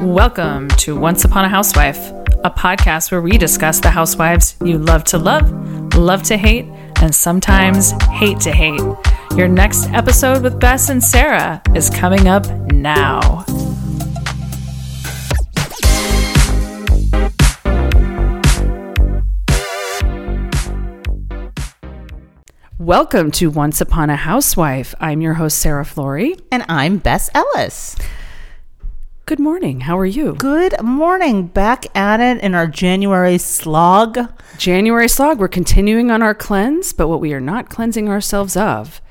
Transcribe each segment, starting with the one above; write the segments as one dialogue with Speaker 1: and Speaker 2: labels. Speaker 1: Welcome to Once Upon a Housewife, a podcast where we discuss the housewives you love to love, love to hate, and sometimes hate to hate. Your next episode with Bess and Sarah is coming up now. Welcome to Once Upon a Housewife. I'm your host, Sarah Flory.
Speaker 2: And I'm Bess Ellis.
Speaker 1: Good morning. How are you?
Speaker 2: Good morning. Back at it in our January slog. Oh,
Speaker 1: January slog. We're continuing on our cleanse, but what we are not cleansing ourselves of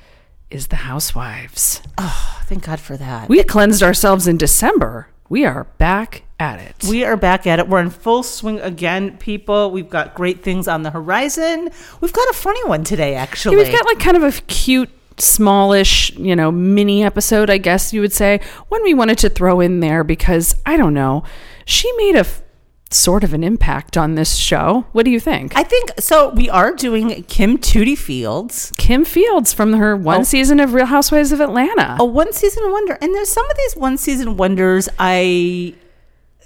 Speaker 1: is the housewives.
Speaker 2: Oh, thank God for that. We,
Speaker 1: We cleansed ourselves in December. We are back at it.
Speaker 2: we are back at it. We're in full swing again, people. We've got great things on the horizon. We've got a funny one today, actually.
Speaker 1: Yeah, we've got like kind of a cute, smallish, you know, mini episode, I guess you would say, one we wanted to throw in there because I don't know. She made a f- sort of an impact on this show. What do you think?
Speaker 2: I think so. We are doing Kim Tootie Fields,
Speaker 1: Kim Fields from her
Speaker 2: Oh.
Speaker 1: one season of Real Housewives of Atlanta.
Speaker 2: a one season wonder. And there's some of these one season wonders I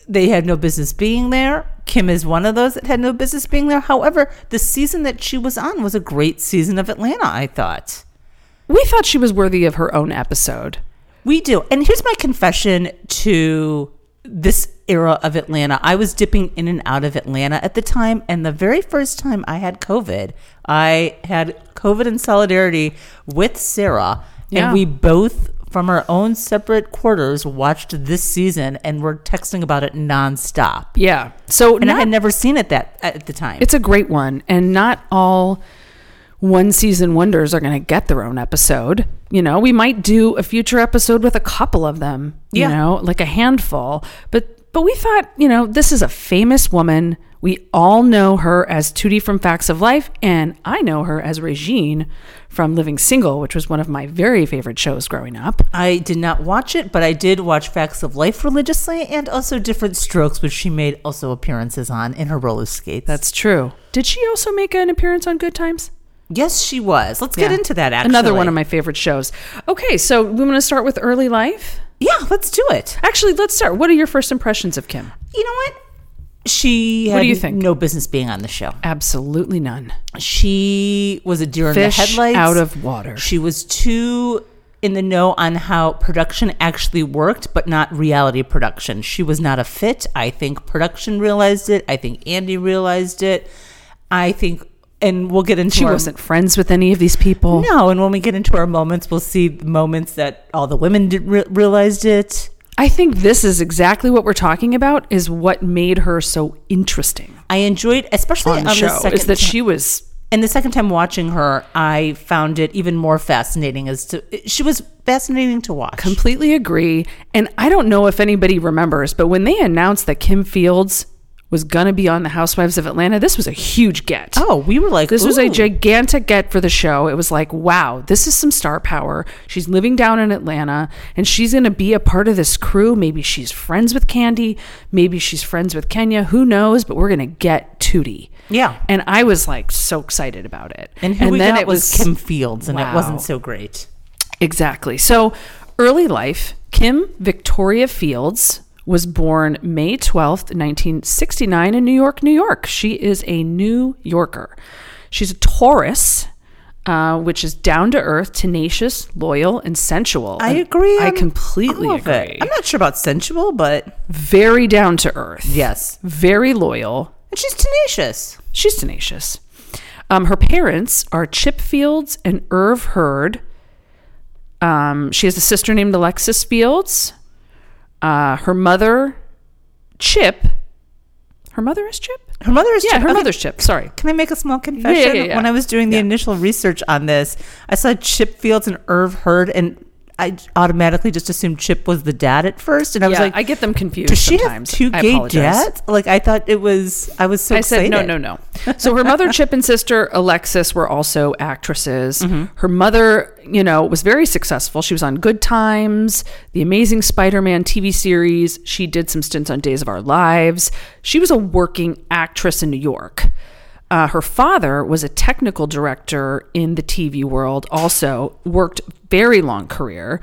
Speaker 2: they had no business being there. Kim is one of those that had no business being there. However, the season that she was on was a great season of Atlanta, I thought.
Speaker 1: We thought she was worthy of her own episode.
Speaker 2: We do. And here's my confession to this era of Atlanta. I was dipping in and out of Atlanta at the time, and the very first time I had COVID, I had COVID in solidarity with Sarah,
Speaker 1: Yeah.
Speaker 2: and we both from our own separate quarters watched this season and were texting about it nonstop.
Speaker 1: Yeah. So
Speaker 2: And I
Speaker 1: not,
Speaker 2: had never seen it that at the time.
Speaker 1: it's a great one. And not all one season wonders are going to get their own episode. You know, we might do a future episode with a couple of them, you
Speaker 2: Yeah.
Speaker 1: know, like a handful. But but we thought, you know, this is a famous woman. We all know her as Tootie from Facts of Life, and I know her as Regine from Living Single, which was one of my very favorite shows growing up.
Speaker 2: I did not watch it, but I did watch Facts of Life religiously and also Different Strokes, which she made also appearances on in her roller skates.
Speaker 1: That's true. Did she also make an appearance on Good Times?
Speaker 2: Yes, she was. Let's get
Speaker 1: Yeah.
Speaker 2: into that. Actually,
Speaker 1: Another one of my favorite shows. Okay, so we want to start with early life.
Speaker 2: Yeah, let's do it.
Speaker 1: Actually, let's start. What are your first impressions of Kim?
Speaker 2: You know what? She
Speaker 1: What
Speaker 2: had
Speaker 1: do you think?
Speaker 2: no business being on the show.
Speaker 1: Absolutely none.
Speaker 2: She was a deer
Speaker 1: Fish
Speaker 2: in the headlights.
Speaker 1: out of water.
Speaker 2: She was too in the know on how production actually worked, but not reality production. She was not a fit. I think production realized it. I think Andy realized it. I think, and we'll get into
Speaker 1: She
Speaker 2: our-
Speaker 1: wasn't friends with any of these people.
Speaker 2: No, and when we get into our moments, we'll see the moments that all the women did, re- realized it.
Speaker 1: I think this is exactly what we're talking about. Is what made her so interesting
Speaker 2: I enjoyed, especially
Speaker 1: on
Speaker 2: on,
Speaker 1: the
Speaker 2: the
Speaker 1: show
Speaker 2: second
Speaker 1: is that
Speaker 2: ti-
Speaker 1: she was
Speaker 2: and the second time watching her, I found it even more fascinating. As to she was fascinating to watch.
Speaker 1: completely agree. And I don't know if anybody remembers, but when they announced that Kim Fields was gonna be on the Housewives of Atlanta, this was a huge get.
Speaker 2: oh, we were like,
Speaker 1: This was a
Speaker 2: ooh.
Speaker 1: gigantic get for the show. It was like, wow, this is some star power. She's living down in Atlanta and she's going to be a part of this crew. Maybe she's friends with Candy. Maybe she's friends with Kenya. Who knows? But we're going to get Tootie.
Speaker 2: Yeah.
Speaker 1: And I was like so excited about it.
Speaker 2: And who we got was, Kim Fields, and
Speaker 1: Wow.
Speaker 2: it wasn't so great.
Speaker 1: Exactly. So early life, Kim Victoria Fields was born May 12th, 1969, in New York, New York. She is a New Yorker. She's a Taurus. Uh, which is down to earth, tenacious, loyal, and sensual.
Speaker 2: I
Speaker 1: And
Speaker 2: agree.
Speaker 1: Um, I
Speaker 2: on
Speaker 1: completely
Speaker 2: all of it.
Speaker 1: agree.
Speaker 2: I'm not sure about sensual, but
Speaker 1: Very down to earth.
Speaker 2: yes,
Speaker 1: Very loyal.
Speaker 2: and she's tenacious.
Speaker 1: She's tenacious. Um, her parents are Chip Fields and Irv Hurd. Um, she has a sister named Alexis Fields. Uh, her mother, Chip. Her mother is Chip?
Speaker 2: Her mother is
Speaker 1: Yeah,
Speaker 2: Chip-
Speaker 1: her
Speaker 2: okay,
Speaker 1: mother's Chip. Sorry.
Speaker 2: Can I make a small confession?
Speaker 1: yeah, yeah.
Speaker 2: When I was doing the initial research on this, I saw Chip Fields and Irv Hurd, and I automatically just assumed Chip was the dad at first, and I was
Speaker 1: yeah,
Speaker 2: like,
Speaker 1: I get them confused
Speaker 2: Does she have
Speaker 1: sometimes.
Speaker 2: two
Speaker 1: I
Speaker 2: gay
Speaker 1: apologize.
Speaker 2: dads? Like I thought it was. I was so
Speaker 1: I
Speaker 2: excited.
Speaker 1: said, no, no, no. So her mother, Chip, and sister Alexis were also actresses. Her mother, you know, was very successful. She was on Good Times, The Amazing Spider Man TV series. She did some stints on Days of Our Lives. She was a working actress in New York. Uh, her father was a technical director in the TV world, also worked very long career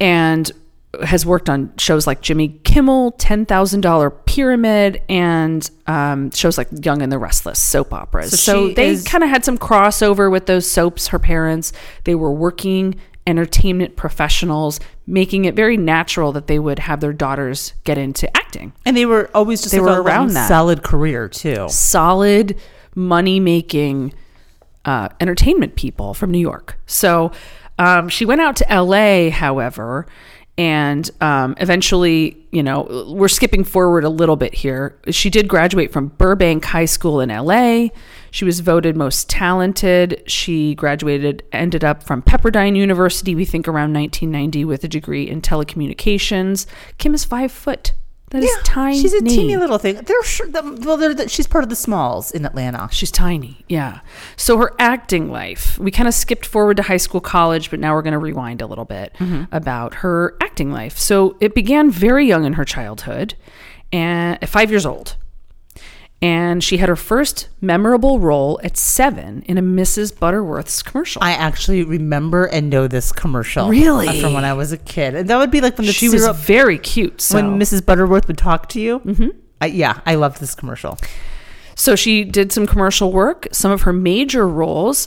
Speaker 1: and has worked on shows like Jimmy Kimmel, Ten Thousand Dollar Pyramid, and um, shows like Young and the Restless, soap operas. So,
Speaker 2: So she
Speaker 1: they
Speaker 2: is-
Speaker 1: kind of had some crossover with those soaps. Her parents, they were working entertainment professionals, making it very natural that they would have their daughters get into acting.
Speaker 2: And they were always just
Speaker 1: They
Speaker 2: like
Speaker 1: were
Speaker 2: a long,
Speaker 1: around that.
Speaker 2: solid career too.
Speaker 1: solid money making uh, entertainment people from New York. So um, she went out to LA, however, and um, eventually, you know, we're skipping forward a little bit here. She did graduate from Burbank High School in LA. She was voted most talented. She graduated, ended up from Pepperdine University, we think around 1990, with a degree in telecommunications. Kim is five foot. That is tiny.
Speaker 2: She's a teeny little thing. They're sure. The, well, they're the, she's part of the Smalls in Atlanta.
Speaker 1: She's tiny. Yeah. So her acting life, we kind of skipped forward to high school, college, but now we're going to rewind a little bit
Speaker 2: Mm-hmm.
Speaker 1: about her acting life. So it began very young in her childhood, and at five years old. And she had her first memorable role at seven in a Mrs. Butterworth's commercial.
Speaker 2: I actually remember and know this commercial.
Speaker 1: Really?
Speaker 2: From when I was a kid, and that would be like when the
Speaker 1: she was
Speaker 2: syrup,
Speaker 1: very cute. So.
Speaker 2: when Mrs. Butterworth would talk to you. Mm-hmm. I, yeah, I love this commercial.
Speaker 1: So she did some commercial work, some of her major roles,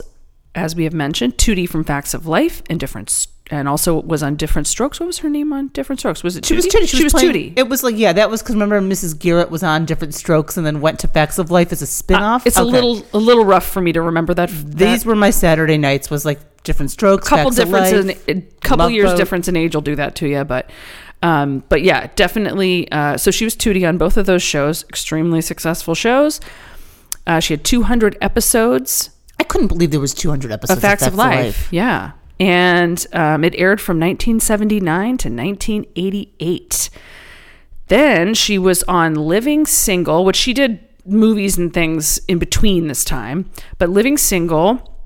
Speaker 1: as we have mentioned, Tootie from Facts of Life and different, and also was on Different Strokes. What was her name on Different Strokes? Was it Tootie?
Speaker 2: She was Tootie.
Speaker 1: She was
Speaker 2: playing-
Speaker 1: Tootie.
Speaker 2: It was like yeah, that was because remember Mrs. Garrett was on Different Strokes and then went to Facts of Life as a spinoff.
Speaker 1: Uh, It's a
Speaker 2: Okay.
Speaker 1: little a little rough for me to remember that.
Speaker 2: These were my Saturday nights. Was like Different Strokes.
Speaker 1: couple
Speaker 2: Facts of
Speaker 1: differences,
Speaker 2: Life.
Speaker 1: in, a couple
Speaker 2: Love
Speaker 1: years
Speaker 2: Boat.
Speaker 1: difference in age will do that to you, but. Um, but yeah, definitely. Uh, so she was Tootie on both of those shows, extremely successful shows. Uh, she had 200 episodes
Speaker 2: I couldn't believe there was 200 episodes.
Speaker 1: of Facts of Life. Yeah. And um, it aired from 1979 to 1988. Then she was on Living Single, which she did movies and things in between this time. But Living Single,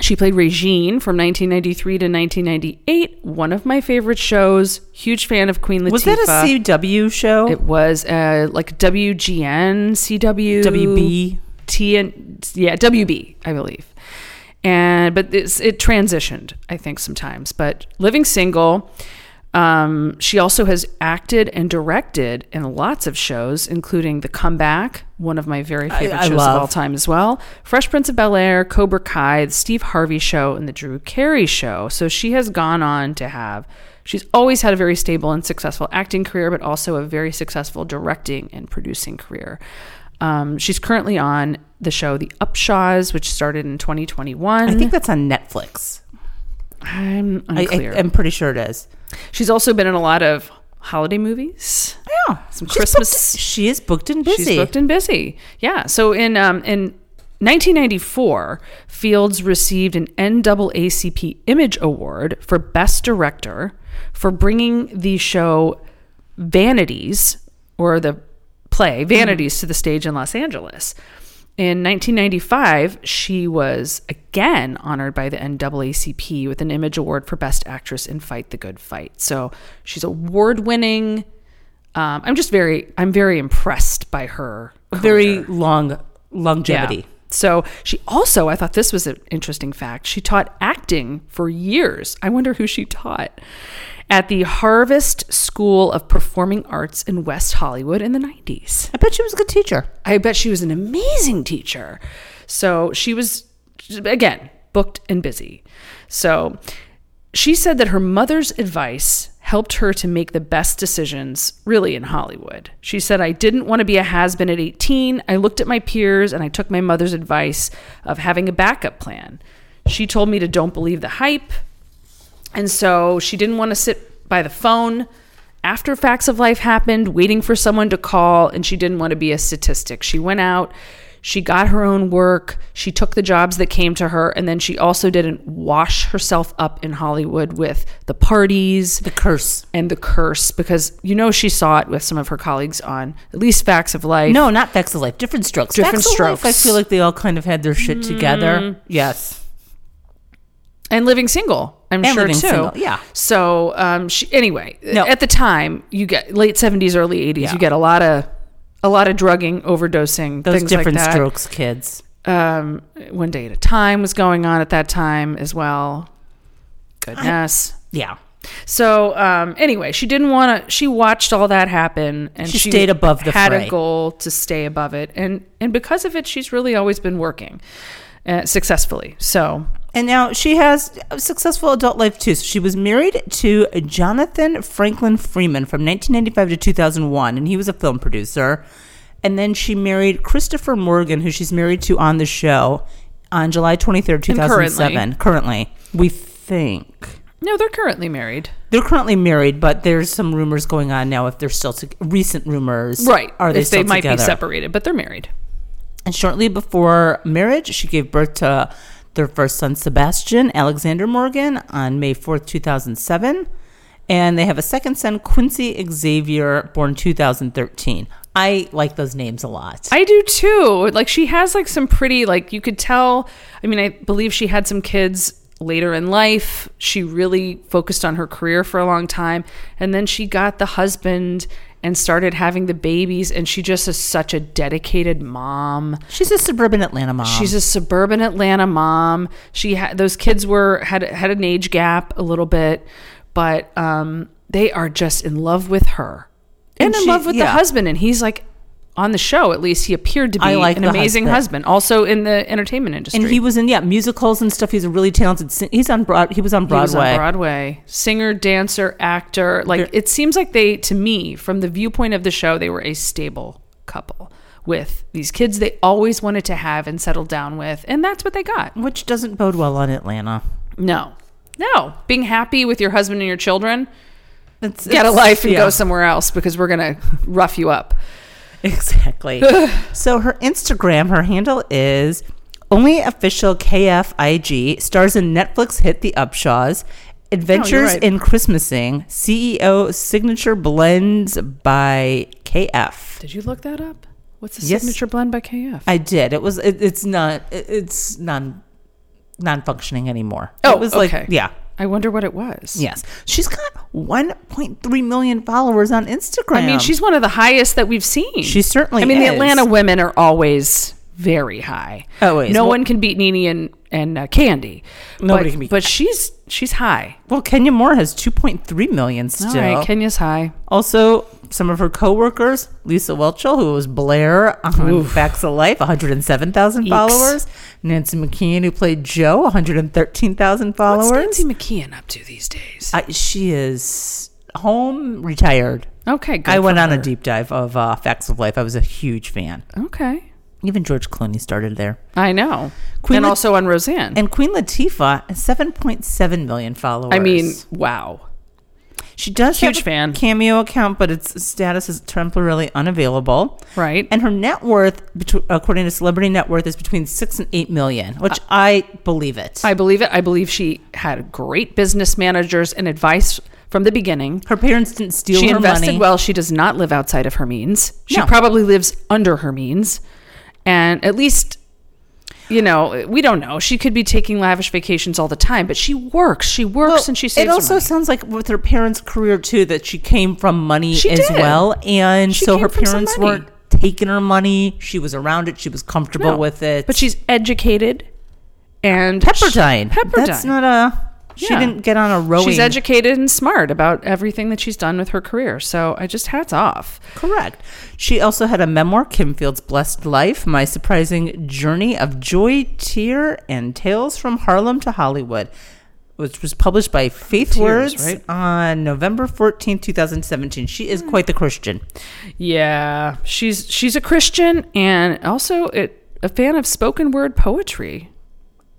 Speaker 1: she played Regine from 1993 to 1998. One of my favorite shows. Huge fan of Queen Latifah.
Speaker 2: Was that a CW show?
Speaker 1: It was uh, like WGN, CW,
Speaker 2: WB.
Speaker 1: T and yeah, WB, I believe. And but it's, it transitioned, I think, sometimes. But living single, um, she also has acted and directed in lots of shows, including The Comeback, one of my very favorite
Speaker 2: I
Speaker 1: shows of
Speaker 2: love.
Speaker 1: all time as well. Fresh Prince of Bel Air, Cobra Kai, The Steve Harvey Show, and The Drew Carey Show. So she has gone on to have. She's always had a very stable and successful acting career, but also a very successful directing and producing career. Um, she's currently on the show The Upshaws, which started in 2021.
Speaker 2: I think that's on Netflix.
Speaker 1: I'm
Speaker 2: I, I,
Speaker 1: unclear.
Speaker 2: am pretty sure it is.
Speaker 1: she's also been in a lot of holiday movies.
Speaker 2: Yeah,
Speaker 1: Some Christmas-
Speaker 2: she is booked and busy.
Speaker 1: She's booked and busy. Yeah. So in um, in 1994, Fields received an NAACP Image Award for Best Director for bringing the show Vanities or the play Vanities to the stage in Los Angeles. In 1995, she was again honored by the NAACP with an Image Award for Best Actress in Fight the Good Fight. So she's award-winning. Um, I'm just very, I'm very impressed by her.
Speaker 2: Very long
Speaker 1: Yeah.
Speaker 2: longevity.
Speaker 1: So she also, I thought this was an interesting fact. She taught acting for years. I wonder who she taught at the Harvest School of Performing Arts in West Hollywood in the 90s.
Speaker 2: I bet she was a good teacher.
Speaker 1: I bet she was an amazing teacher. So she was, again, booked and busy. So she said that her mother's advice helped her to make the best decisions, really, in Hollywood. She said, I didn't want to be a has been at 18. I looked at my peers and I took my mother's advice of having a backup plan. She told me to don't believe the hype. And so she didn't want to sit by the phone after Facts of Life happened, waiting for someone to call, and she didn't want to be a statistic. She went out, she got her own work, she took the jobs that came to her, and then she also didn't wash herself up in Hollywood with the parties
Speaker 2: The curse.
Speaker 1: and the curse because you know she saw it with some of her colleagues on at least Facts of Life.
Speaker 2: No, not Facts of Life. Different strokes.
Speaker 1: Different
Speaker 2: Facts of Life,
Speaker 1: strokes. Mm.
Speaker 2: I feel like they all kind of had their shit together. Yes.
Speaker 1: and living single. I'm
Speaker 2: And
Speaker 1: sure
Speaker 2: Living
Speaker 1: too.
Speaker 2: Single, yeah.
Speaker 1: So um, she, anyway,
Speaker 2: No.
Speaker 1: at the time you get late 70s, early 80s,
Speaker 2: Yeah.
Speaker 1: you get a lot of a lot of drugging, overdosing,
Speaker 2: Those
Speaker 1: things
Speaker 2: different
Speaker 1: like that.
Speaker 2: strokes kids.
Speaker 1: Um, one day at a time was going on at that time as well. Goodness.
Speaker 2: Yeah.
Speaker 1: So um, anyway, she didn't want to. She watched all that happen, and
Speaker 2: She stayed above the
Speaker 1: had
Speaker 2: fray.
Speaker 1: a goal to stay above it, and and because of it, she's really always been working uh, successfully. So
Speaker 2: And now she has a successful adult life too. So she was married to Jonathan Franklin Freeman from 1995 to 2001, and he was a film producer. And then she married Christopher Morgan, who she's married to on the show, on July 23rd, 2007. Currently, we think
Speaker 1: no, they're currently married.
Speaker 2: they're currently married, but there's some rumors going on now if they're still to- recent rumors.
Speaker 1: Right.
Speaker 2: Are they
Speaker 1: if
Speaker 2: still
Speaker 1: they might be
Speaker 2: together?
Speaker 1: separated, but they're married.
Speaker 2: And shortly before marriage, she gave birth to their first son, Sebastian Alexander Morgan, on May 4th, 2007. And they have a second son, Quincy Xavier, born 2013. I like those names a lot.
Speaker 1: I do too. Like she has like some pretty like you could tell. I mean, I believe she had some kids later in life. She really focused on her career for a long time, and then she got the husband and started having the babies. And she just is such a dedicated mom.
Speaker 2: She's a suburban Atlanta mom.
Speaker 1: She's a suburban Atlanta mom. She had those kids were had had an age gap a little bit, but um, they are just in love with her and,
Speaker 2: And
Speaker 1: in
Speaker 2: she-
Speaker 1: love with the
Speaker 2: yeah.
Speaker 1: husband. And he's like on the show at least he appeared to be
Speaker 2: I like
Speaker 1: an
Speaker 2: the
Speaker 1: amazing husband.
Speaker 2: husband.
Speaker 1: Also in the entertainment industry,
Speaker 2: and he was in yeah musicals and stuff. He's a really talented. sing- He's on broad. He was on
Speaker 1: He
Speaker 2: Broadway.
Speaker 1: was on Broadway, singer, dancer, actor. Like it seems like they, to me, from the viewpoint of the show, they were a stable couple with these kids they always wanted to have and settle down with, and that's what they got.
Speaker 2: which doesn't bode well on Atlanta.
Speaker 1: No. No. Being happy with your husband and your children,
Speaker 2: It's,
Speaker 1: get a
Speaker 2: it's-
Speaker 1: life and
Speaker 2: yeah.
Speaker 1: go somewhere else because we're going to rough you up.
Speaker 2: Exactly. so her Instagram, her handle is only official KFIG, stars in Netflix hit the Upshaws, Adventures
Speaker 1: right.
Speaker 2: in Christmasing, CEO Signature Blends by KF.
Speaker 1: Did you look that up? What's the
Speaker 2: Yes.
Speaker 1: signature blend by KF?
Speaker 2: I did. It was it, it's not it, it's non non functioning anymore.
Speaker 1: Oh,
Speaker 2: it was
Speaker 1: okay.
Speaker 2: like yeah.
Speaker 1: I wonder what it was.
Speaker 2: Yes. She's got 1.3 million followers on Instagram.
Speaker 1: I mean, she's one of the highest that we've seen.
Speaker 2: She certainly
Speaker 1: I mean,
Speaker 2: is.
Speaker 1: the Atlanta women are always very high.
Speaker 2: Always.
Speaker 1: No
Speaker 2: Well-
Speaker 1: one can beat Nene and, and uh, Candy.
Speaker 2: Nobody
Speaker 1: But-
Speaker 2: can beat-
Speaker 1: But she's she's high.
Speaker 2: well, Kenya Moore has 2.3 million still.
Speaker 1: All right, Kenya's high.
Speaker 2: Also, some of her coworkers, Lisa Welchel, who was Blair on Facts of Life, 107,000
Speaker 1: Eeks.
Speaker 2: followers. Nancy McKeon, who played Joe, 113,000
Speaker 1: What's
Speaker 2: followers.
Speaker 1: Nancy McKeon up to these days?
Speaker 2: I, she is home, retired.
Speaker 1: okay, good.
Speaker 2: I went
Speaker 1: for
Speaker 2: on a
Speaker 1: her.
Speaker 2: deep dive of uh, Facts of Life. I was a huge fan.
Speaker 1: Okay,
Speaker 2: Even George Clooney started there.
Speaker 1: I know.
Speaker 2: Queen
Speaker 1: and
Speaker 2: Lat-
Speaker 1: also on Roseanne.
Speaker 2: And Queen Latifah, has 7.7 million followers.
Speaker 1: I mean, wow.
Speaker 2: she does
Speaker 1: huge
Speaker 2: have a
Speaker 1: fan.
Speaker 2: cameo account, but its status is temporarily unavailable.
Speaker 1: Right.
Speaker 2: and her net worth betw- according to celebrity net worth is between six and eight million which i believe it
Speaker 1: Uh, I believe it. I believe she had great business managers and advice from the beginning.
Speaker 2: her parents didn't steal
Speaker 1: she
Speaker 2: her
Speaker 1: invested
Speaker 2: money
Speaker 1: well. She does not live outside of her means. She
Speaker 2: No.
Speaker 1: probably lives under her means. And at least, you know, we don't know. She could be taking lavish vacations all the time, but she works. She works
Speaker 2: Well,
Speaker 1: and she saves
Speaker 2: it also
Speaker 1: her money.
Speaker 2: sounds like with her parents career too that she came from money
Speaker 1: She
Speaker 2: as
Speaker 1: did.
Speaker 2: well and
Speaker 1: She
Speaker 2: so
Speaker 1: came
Speaker 2: her
Speaker 1: from some
Speaker 2: parents
Speaker 1: money.
Speaker 2: weren't taking her money she was around it she was comfortable
Speaker 1: No.
Speaker 2: with it
Speaker 1: But she's educated and
Speaker 2: pepperdine
Speaker 1: She, Pepperdine.
Speaker 2: that's not a she
Speaker 1: Yeah.
Speaker 2: didn't get on a rowing
Speaker 1: She's educated and smart about everything that she's done with her career. So I just hats off.
Speaker 2: Correct. She also had a memoir, Kim Field's Blessed Life My Surprising Journey of Joy, Tear, and Tales from Harlem to Hollywood, which was published by Faith
Speaker 1: Tears,
Speaker 2: Words
Speaker 1: right? Hmm.
Speaker 2: on November fourteenth, two 2017. She is quite the Christian.
Speaker 1: Yeah, she's she's a Christian and also it, a fan of spoken word poetry.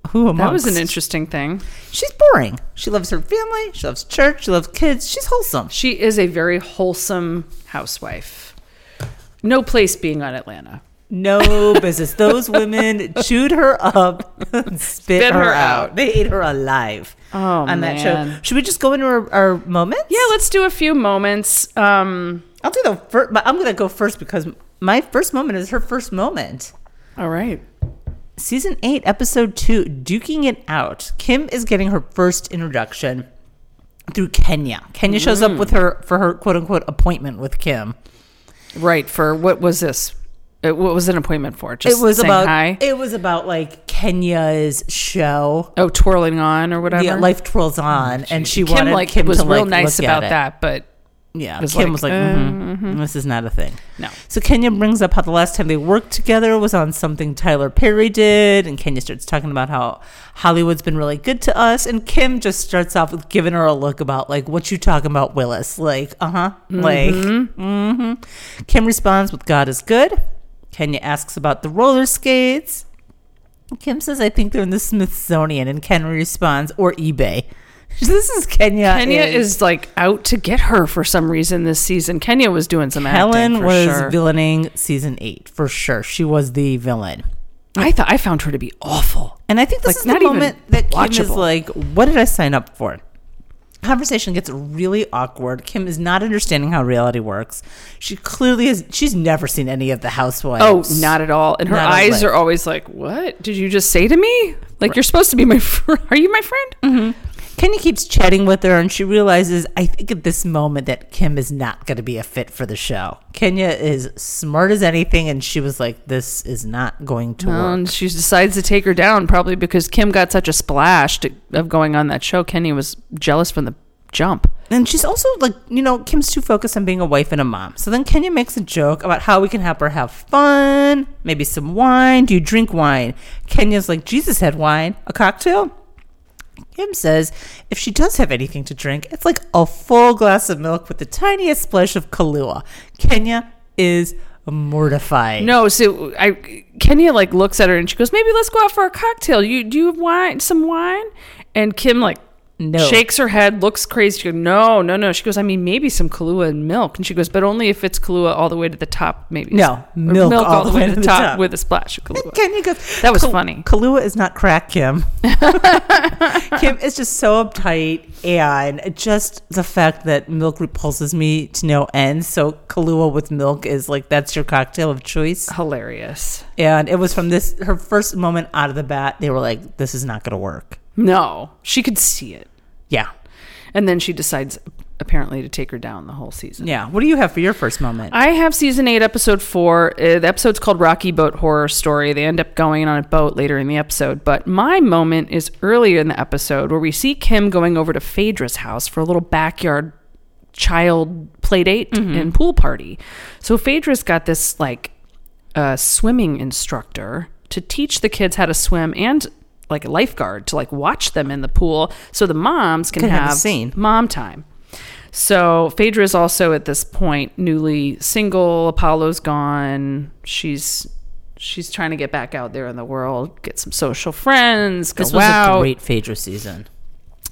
Speaker 2: Who amongst?
Speaker 1: That was an interesting thing.
Speaker 2: She's boring. She loves her family. She loves church. She loves kids. She's wholesome.
Speaker 1: She is a very wholesome housewife. No place being on Atlanta.
Speaker 2: No business. Those women chewed her up, and spit,
Speaker 1: Spit
Speaker 2: her,
Speaker 1: her
Speaker 2: out.
Speaker 1: out.
Speaker 2: They ate her alive
Speaker 1: Oh,
Speaker 2: on that show.
Speaker 1: man.
Speaker 2: Should we just go into our, our moments?
Speaker 1: Yeah, let's do a few moments. Um,
Speaker 2: I'll do the first, but I'm gonna go first because my first moment is her first moment.
Speaker 1: all right.
Speaker 2: Season eight, episode two, duking it out. Kim is getting her first introduction through Kenya. Kenya shows
Speaker 1: Mm.
Speaker 2: up with her for her quote unquote appointment with Kim.
Speaker 1: Right for what was this? It, what was an appointment for? Just
Speaker 2: it was
Speaker 1: saying
Speaker 2: about
Speaker 1: hi?
Speaker 2: it was about like Kenya's show.
Speaker 1: oh, twirling on or whatever.
Speaker 2: Yeah, life twirls on, and she
Speaker 1: Mm, Kim
Speaker 2: wanted
Speaker 1: like
Speaker 2: Kim
Speaker 1: was
Speaker 2: to
Speaker 1: real
Speaker 2: like,
Speaker 1: nice
Speaker 2: look
Speaker 1: about
Speaker 2: at it.
Speaker 1: that, but
Speaker 2: Yeah,
Speaker 1: was
Speaker 2: Kim
Speaker 1: like,
Speaker 2: was like,
Speaker 1: uh,
Speaker 2: "Mhm, "This is not a thing."
Speaker 1: no.
Speaker 2: So Kenya brings up how the last time they worked together was on something Tyler Perry did, and Kenya starts talking about how Hollywood's been really good to us, and Kim just starts off with giving her a look about like, "What you talking about, Willis?" Like, uh huh, like,
Speaker 1: Mm-hmm.
Speaker 2: hmm Kim responds with, "God is good." Kenya asks about the roller skates. Kim says, "I think they're in the Smithsonian," and Ken responds, "Or eBay." this is Kenya.
Speaker 1: Kenya Uh, is like out to get her for some reason this season. Kenya was doing some acting
Speaker 2: Helen
Speaker 1: for
Speaker 2: was
Speaker 1: sure.
Speaker 2: villaining season eight for sure. She was the villain.
Speaker 1: I thought I found her to be awful.
Speaker 2: And I think this
Speaker 1: Like,
Speaker 2: is
Speaker 1: not
Speaker 2: the
Speaker 1: even
Speaker 2: moment that Kim is
Speaker 1: watchable.
Speaker 2: like, what did I sign up for? Conversation gets really awkward. Kim is not understanding how reality works. She clearly is she's never seen any of the
Speaker 1: Oh,
Speaker 2: housewives.
Speaker 1: not at all. And her
Speaker 2: Not a
Speaker 1: eyes
Speaker 2: lick.
Speaker 1: are always like, "What did you just say to me? Like you're supposed to be my friend? Are you my friend?"
Speaker 2: Kenya keeps chatting with her and she realizes I think at this moment that Kim is not gonna be a fit for the show. Kenya is smart as anything and she was like, This is not going to work.
Speaker 1: And she decides to take her down, probably because Kim got such a splash to, of going on that show. Kenya was jealous from the jump.
Speaker 2: And she's also like, you know, Kim's too focused on being a wife and a mom. So then Kenya makes a joke about how we can help her have fun, maybe some wine. Do you drink wine? Kenya's like, Jesus had wine, a cocktail. Kim says if she does have anything to drink, it's like a full glass of milk with the tiniest splash of Kahlua. Kenya is mortified.
Speaker 1: No, so I Kenya like looks at her and she goes, "Maybe let's go out for a cocktail. You do you have wine? Some wine?" And Kim like
Speaker 2: No.
Speaker 1: shakes her head, looks crazy. She goes, "No, no, no." She goes, "I mean, maybe some Kahlua and milk." And she goes, "But only if it's Kahlua all the way to the top, maybe."
Speaker 2: No,
Speaker 1: Or
Speaker 2: milk all the way to the top.
Speaker 1: with a splash of Kahlua.
Speaker 2: Kenya goes.
Speaker 1: That was
Speaker 2: "Kal-
Speaker 1: funny.
Speaker 2: Kahlua is not crack, Kim. Kim is just so uptight, and just the fact that milk repulses me to no end. So Kahlua with milk is like that's your cocktail of choice.
Speaker 1: Hilarious.
Speaker 2: And it was from this her first moment out of the bat. They were like, "This is not going to work."
Speaker 1: No, she could see it,
Speaker 2: Yeah,
Speaker 1: and then she decides apparently to take her down the whole season.
Speaker 2: yeah. What do you have for your first moment?
Speaker 1: I have season eight, episode four. Uh, the episode's called Rocky Boat Horror Story. They end up going on a boat later in the episode. But my moment is earlier in the episode where we see Kim going over to Phaedra's house for a little backyard child play date
Speaker 2: Mm-hmm.
Speaker 1: and pool party. So Phaedra's got this like a swimming instructor to teach the kids how to swim and like a lifeguard to like watch them in the pool so the moms can
Speaker 2: Could have a
Speaker 1: have,
Speaker 2: scene.
Speaker 1: mom time. So Phaedra is also at this point newly single. Apollo's gone. She's she's trying to get back out there in the world, get some social friends, go
Speaker 2: this was
Speaker 1: out.
Speaker 2: a great Phaedra season.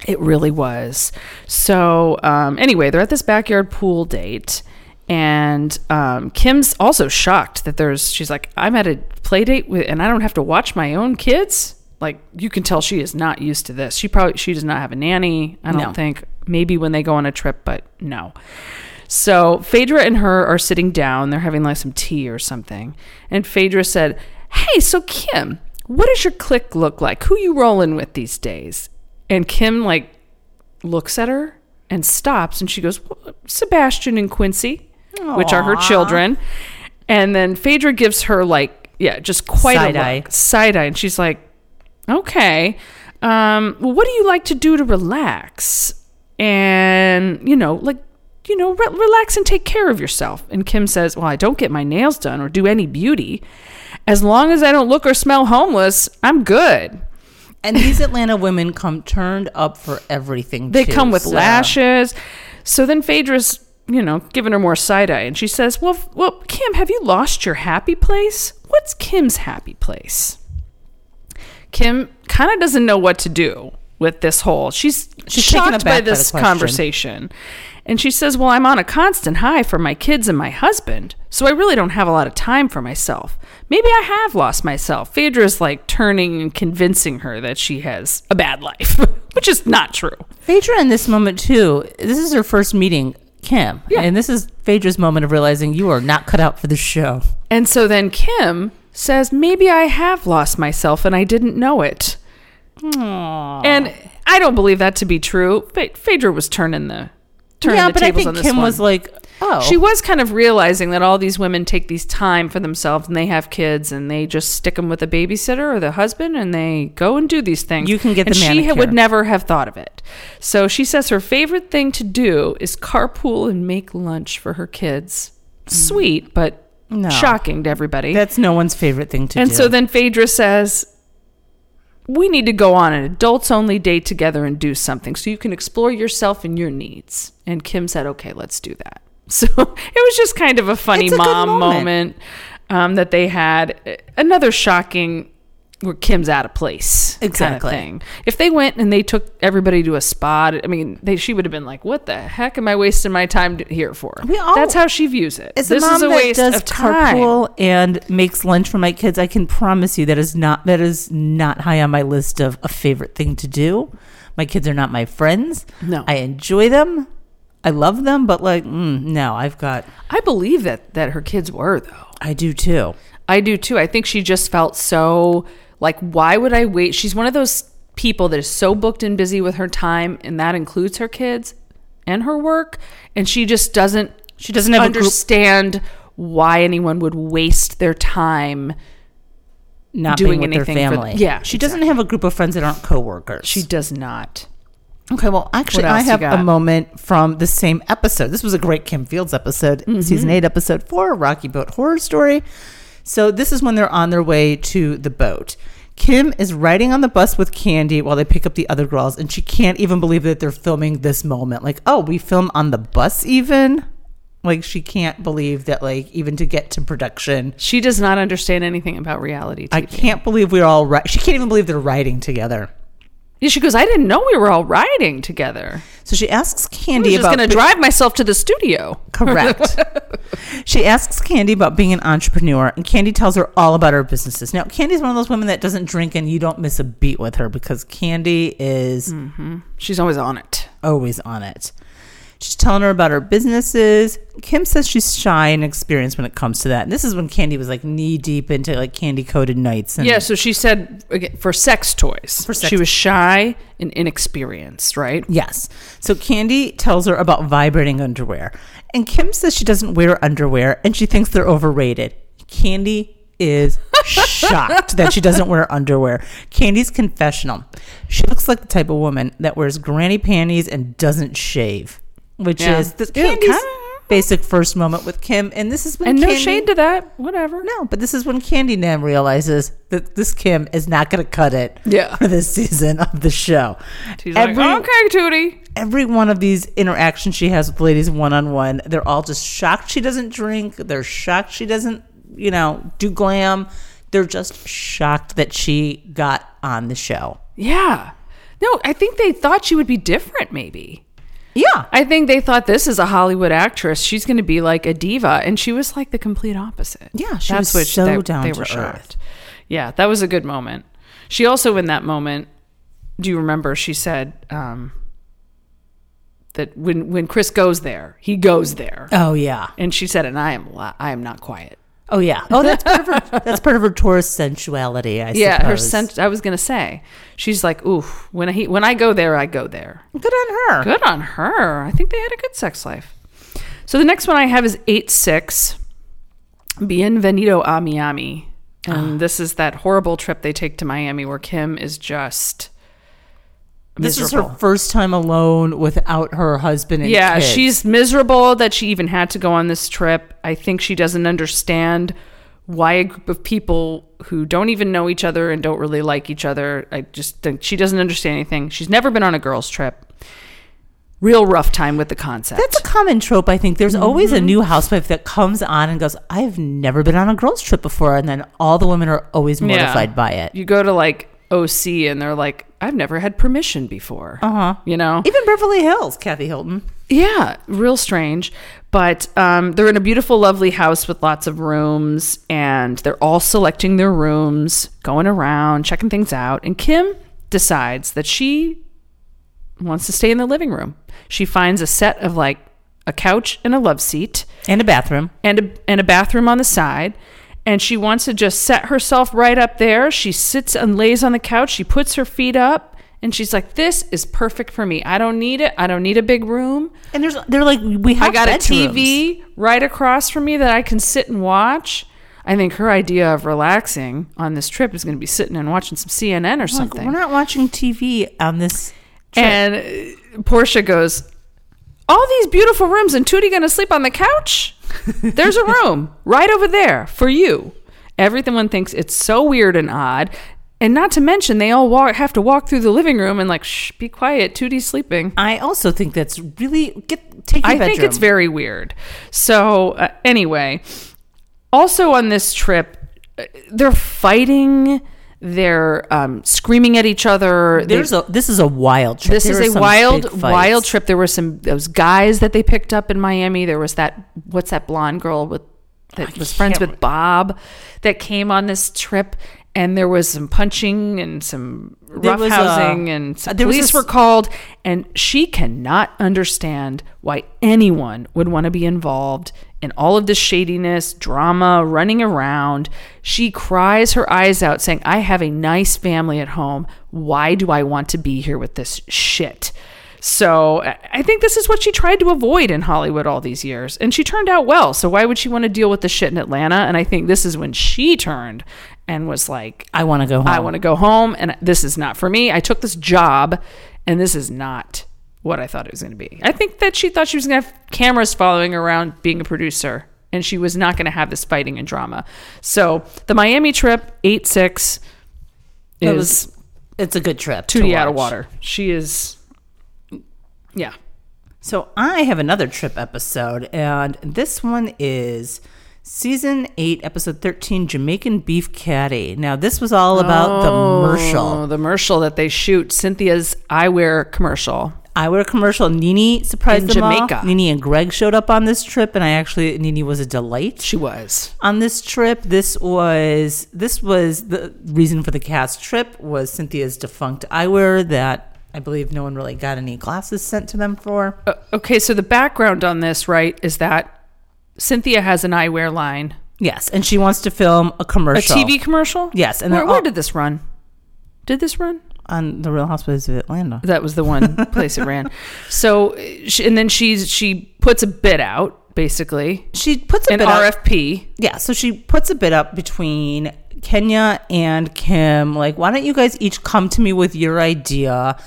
Speaker 1: It really was. So, um, anyway, they're at this backyard pool date. And um, Kim's also shocked that there's, she's like, I'm at a play date with, and I don't have to watch my own kids. Like, you can tell she is not used to this. She probably, she does not have a nanny, I don't
Speaker 2: No.
Speaker 1: think. Maybe when they go on a trip, but no. So Phaedra and her are sitting down. They're having like some tea or something. And Phaedra said, Hey, so Kim, what does your clique look like? Who you rolling with these days? And Kim like looks at her and stops and she goes, Sebastian and Quincy, which are her children. And then Phaedra gives her like, yeah, just quite
Speaker 2: Side
Speaker 1: a
Speaker 2: eye.
Speaker 1: look. Side eye. And she's like, okay. Um, well, what do you like to do to relax? And, you know, like, you know, re- relax and take care of yourself. And Kim says, Well, I don't get my nails done or do any beauty. As long as I don't look or smell homeless, I'm good.
Speaker 2: And these Atlanta women come turned up for everything.
Speaker 1: They
Speaker 2: too,
Speaker 1: come with
Speaker 2: so-
Speaker 1: lashes. So then Phaedra's, you know, giving her more side eye, and she says, "Well, f- well, Kim, have you lost your happy place? What's Kim's happy place?" Kim kind of doesn't know what to do with this whole. She's,
Speaker 2: She's taken
Speaker 1: shocked
Speaker 2: aback
Speaker 1: by
Speaker 2: by the
Speaker 1: this
Speaker 2: question.
Speaker 1: conversation. And she says, "Well, I'm on a constant high for my kids and my husband, so I really don't have a lot of time for myself. Maybe I have lost myself." Phaedra's like turning and convincing her that she has a bad life, which is not true.
Speaker 2: Phaedra in this moment too. This is her first meeting Kim,
Speaker 1: Yeah.
Speaker 2: and this is Phaedra's moment of realizing you are not cut out for the show.
Speaker 1: And so then Kim says, Maybe I have lost myself and I didn't know it. And I don't believe that to be true. Pha- Phaedra was turning the turning the tables on this
Speaker 2: Kim
Speaker 1: one.
Speaker 2: was like, "Oh, go.
Speaker 1: She was kind of realizing that all these women take these time for themselves and they have kids and they just stick them with a babysitter or the husband and they go and do these things.
Speaker 2: You can get
Speaker 1: and
Speaker 2: the
Speaker 1: she ha-
Speaker 2: manicure.
Speaker 1: would never have thought of it. So she says her favorite thing to do is carpool and make lunch for her kids. Sweet, but
Speaker 2: Mm. No.
Speaker 1: shocking to everybody.
Speaker 2: That's no one's favorite thing to
Speaker 1: and
Speaker 2: do.
Speaker 1: so then Phaedra says, We need to go on an adults only date together and do something so you can explore yourself and your needs. And Kim said, Okay, let's do that. So it was just kind of a funny
Speaker 2: It's a good
Speaker 1: mom moment,
Speaker 2: moment.
Speaker 1: um, that they had. Another shocking where Kim's out of place
Speaker 2: Exactly.
Speaker 1: kind of thing. If they went and they took everybody to a spot, I mean, they, she would have been like, "What the heck am I wasting my time to, here for?"
Speaker 2: We all-
Speaker 1: That's how she views it.
Speaker 2: As
Speaker 1: this
Speaker 2: a mom
Speaker 1: is a
Speaker 2: that
Speaker 1: waste
Speaker 2: does
Speaker 1: of time.
Speaker 2: carpool and makes lunch for my kids, I can promise you that is not that is not high on my list of a favorite thing to do. My kids are not my friends.
Speaker 1: No.
Speaker 2: I enjoy them. I love them, but like, mm, no, I've got.
Speaker 1: I believe that that her kids were though.
Speaker 2: I do too.
Speaker 1: I do too. I think she just felt so like why would I wait? She's one of those people that is so booked and busy with her time and that includes her kids and her work and she just doesn't
Speaker 2: She doesn't have a group-
Speaker 1: understand why anyone would waste their time.
Speaker 2: Not
Speaker 1: Doing
Speaker 2: doing being with
Speaker 1: anything
Speaker 2: their
Speaker 1: for-
Speaker 2: family.
Speaker 1: yeah,
Speaker 2: she doesn't have a group of friends that aren't coworkers.
Speaker 1: She does not.
Speaker 2: Okay, well, actually,
Speaker 1: What
Speaker 2: I
Speaker 1: else you
Speaker 2: have
Speaker 1: got?
Speaker 2: a moment from the same episode. This was a great Kim Fields episode, season eight, episode four, Rocky Boat Horror Story. So, this is when they're on their way to the boat. Kim is riding on the bus with Candy while they pick up the other girls, and she can't even believe that they're filming this moment. Like, oh, we film on the bus, even? Like, she can't believe that, like, even to get to production.
Speaker 1: She does not understand anything about reality TV.
Speaker 2: I can't believe we're all ri- She can't even believe they're riding together.
Speaker 1: Yeah, she goes, I didn't know we were all riding together.
Speaker 2: So she asks
Speaker 1: I'm
Speaker 2: Candy
Speaker 1: just
Speaker 2: about
Speaker 1: going to drive myself to the studio.
Speaker 2: Correct. she asks Candy about being an entrepreneur, and Candy tells her all about her businesses. Now, Candy's one of those women that doesn't drink, and you don't miss a beat with her because Candy is
Speaker 1: Hmm. She's always on it.
Speaker 2: always on it. She's telling her about her businesses. Kim says she's shy and experienced when it comes to that. And this is when Candy was like knee deep into like candy coated nights. And
Speaker 1: Yeah, so she said again, for sex toys.
Speaker 2: For sex-
Speaker 1: she was shy and inexperienced, right?
Speaker 2: Yes. So Candy tells her about vibrating underwear. And Kim says she doesn't wear underwear and she thinks they're overrated. Candy is shocked that she doesn't wear underwear. Candy's confessional. She looks like the type of woman that wears granny panties and doesn't shave, which
Speaker 1: Yeah.
Speaker 2: is the
Speaker 1: Yeah,
Speaker 2: Candy's
Speaker 1: kinda.
Speaker 2: basic first moment with Kim. And this is when
Speaker 1: And no
Speaker 2: Candy,
Speaker 1: shade to that, whatever.
Speaker 2: no, but this is when Candy Nam realizes that this Kim is not going to cut it
Speaker 1: Yeah.
Speaker 2: for this season of the show.
Speaker 1: She's like, "Oh,
Speaker 2: Every-
Speaker 1: okay, Tootie.
Speaker 2: every one of these interactions she has with ladies one on one, they're all just shocked she doesn't drink. They're shocked she doesn't, you know, do glam. They're just shocked that she got on the show.
Speaker 1: Yeah. No, I think they thought she would be different, maybe.
Speaker 2: Yeah.
Speaker 1: I think they thought this is a Hollywood actress. She's going to be like a diva. And she was like the complete opposite.
Speaker 2: Yeah, she was so down to earth.
Speaker 1: Yeah, that was a good moment. She also, in that moment, do you remember she said um, that when, when Chris goes there, he goes there.
Speaker 2: Oh yeah.
Speaker 1: And she said, and I am, li- I am not quiet.
Speaker 2: Oh yeah. Oh, that's part of her. that's part of her Taurus sensuality. I
Speaker 1: Yeah, her
Speaker 2: suppose.
Speaker 1: sense. I was gonna say, she's like, ooh, when I when I go there, I go there.
Speaker 2: Good on her.
Speaker 1: Good on her. I think they had a good sex life. So the next one I have is eight six. Bienvenido a Miami,
Speaker 2: Ah.
Speaker 1: and this is that horrible trip they take to Miami where Kim is just.
Speaker 2: This is her
Speaker 1: miserable.
Speaker 2: first time alone without her husband. And
Speaker 1: Yeah,
Speaker 2: kids.
Speaker 1: she's miserable that she even had to go on this trip. I think she doesn't understand why a group of people who don't even know each other and don't really like each other. I just think she doesn't understand anything. She's never been on a girls' trip. Real rough time with the concept.
Speaker 2: That's a common trope, I think. There's always a
Speaker 1: Mm-hmm.
Speaker 2: new housewife that comes on and goes, I've never been on a girls' trip before. And then all the women are always
Speaker 1: Yeah.
Speaker 2: mortified by it.
Speaker 1: You go to like OC and they're like, I've never had permission before. Uh
Speaker 2: Uh-huh.
Speaker 1: You know?
Speaker 2: Even Beverly Hills, Kathy Hilton.
Speaker 1: Yeah, real strange. But um, they're in a beautiful, lovely house with lots of rooms, and they're all selecting their rooms, going around, checking things out. And Kim decides that she wants to stay in the living room. She finds a set of like a couch and a love seat
Speaker 2: And a bathroom.
Speaker 1: and a, and a bathroom on the side. And she wants to just set herself right up there. She sits and lays on the couch. She puts her feet up And she's like, "This is perfect for me. I don't need it. I don't need a big room.
Speaker 2: And there's they're like we have
Speaker 1: I got a
Speaker 2: bedrooms.
Speaker 1: TV right across from me that I can sit and watch." I think her idea of relaxing on this trip is going to be sitting and watching some CNN or
Speaker 2: Like,
Speaker 1: something.
Speaker 2: we're not watching TV on this. trip.
Speaker 1: And uh, Portia goes, All these beautiful rooms, and Tootie gonna sleep on the couch? There's a room right over there for you. Everyone thinks it's so weird and odd. And not to mention, they all walk, have to walk through the living room and, like, shh, be quiet, Tootie's sleeping.
Speaker 2: I also think that's really get take. Your
Speaker 1: I think
Speaker 2: Uh, bedroom.
Speaker 1: it's very weird. So, uh, anyway, also on this trip, uh, they're fighting, they're um, screaming at each other. They-
Speaker 2: There's a this is a wild trip.
Speaker 1: this
Speaker 2: There
Speaker 1: is
Speaker 2: are
Speaker 1: a
Speaker 2: some big
Speaker 1: wild
Speaker 2: fights.
Speaker 1: wild trip there were some those guys that they picked up in miami there was that what's that blonde girl with that was friends with bob that came on this trip and there was some punching and some
Speaker 2: There was,
Speaker 1: roughhousing
Speaker 2: uh,
Speaker 1: and some
Speaker 2: there was
Speaker 1: police
Speaker 2: this-
Speaker 1: were called and she cannot understand why anyone would want to be involved in all of this shadiness drama running around she cries her eyes out saying i have a nice family at home why do i want to be here with this shit so I- i think this is what she tried to avoid in hollywood all these years and she turned out well so why would she want to deal with the shit in atlanta and i think this is when she turned and was like
Speaker 2: I want to go home.
Speaker 1: I want to go home, and this is not for me. I took this job, and this is not what I thought it was going to be. I think that she thought she was going to have cameras following her around being a producer, and she was not going to have this fighting and drama. So the Miami trip, 8 6,
Speaker 2: It
Speaker 1: is
Speaker 2: was. It's a good trip. to
Speaker 1: Tootie out of
Speaker 2: watch.
Speaker 1: water. She is, yeah.
Speaker 2: So I have another trip episode, and this one is season eight, episode thirteen, Jamaican beef caddy. Now this was all about the commercial.
Speaker 1: Oh, the commercial that they shoot, Cynthia's eyewear commercial.
Speaker 2: I were a commercial. Nini surprised
Speaker 1: In
Speaker 2: them all.
Speaker 1: Jamaica.
Speaker 2: Nini and Greg showed up on this trip, and I actually Nini was a delight.
Speaker 1: She was.
Speaker 2: on this trip this was this was the reason for the cast trip was cynthia's defunct eyewear that i believe no one really got any glasses sent to them for
Speaker 1: Uh, okay, so the background on this, right, is that Cynthia has an eyewear line.
Speaker 2: yes and she wants to film a commercial
Speaker 1: A TV commercial?
Speaker 2: Yes, and
Speaker 1: where,
Speaker 2: they're
Speaker 1: where
Speaker 2: all-
Speaker 1: did this run? Did this run?
Speaker 2: on the real housewives of atlanta
Speaker 1: That was the one place it ran. So, uh, she, and then she's she puts a bid out basically,
Speaker 2: she puts a
Speaker 1: an
Speaker 2: bit up
Speaker 1: RFP.
Speaker 2: yeah so she puts a bit up between kenya and kim like why don't you guys each come to me with your idea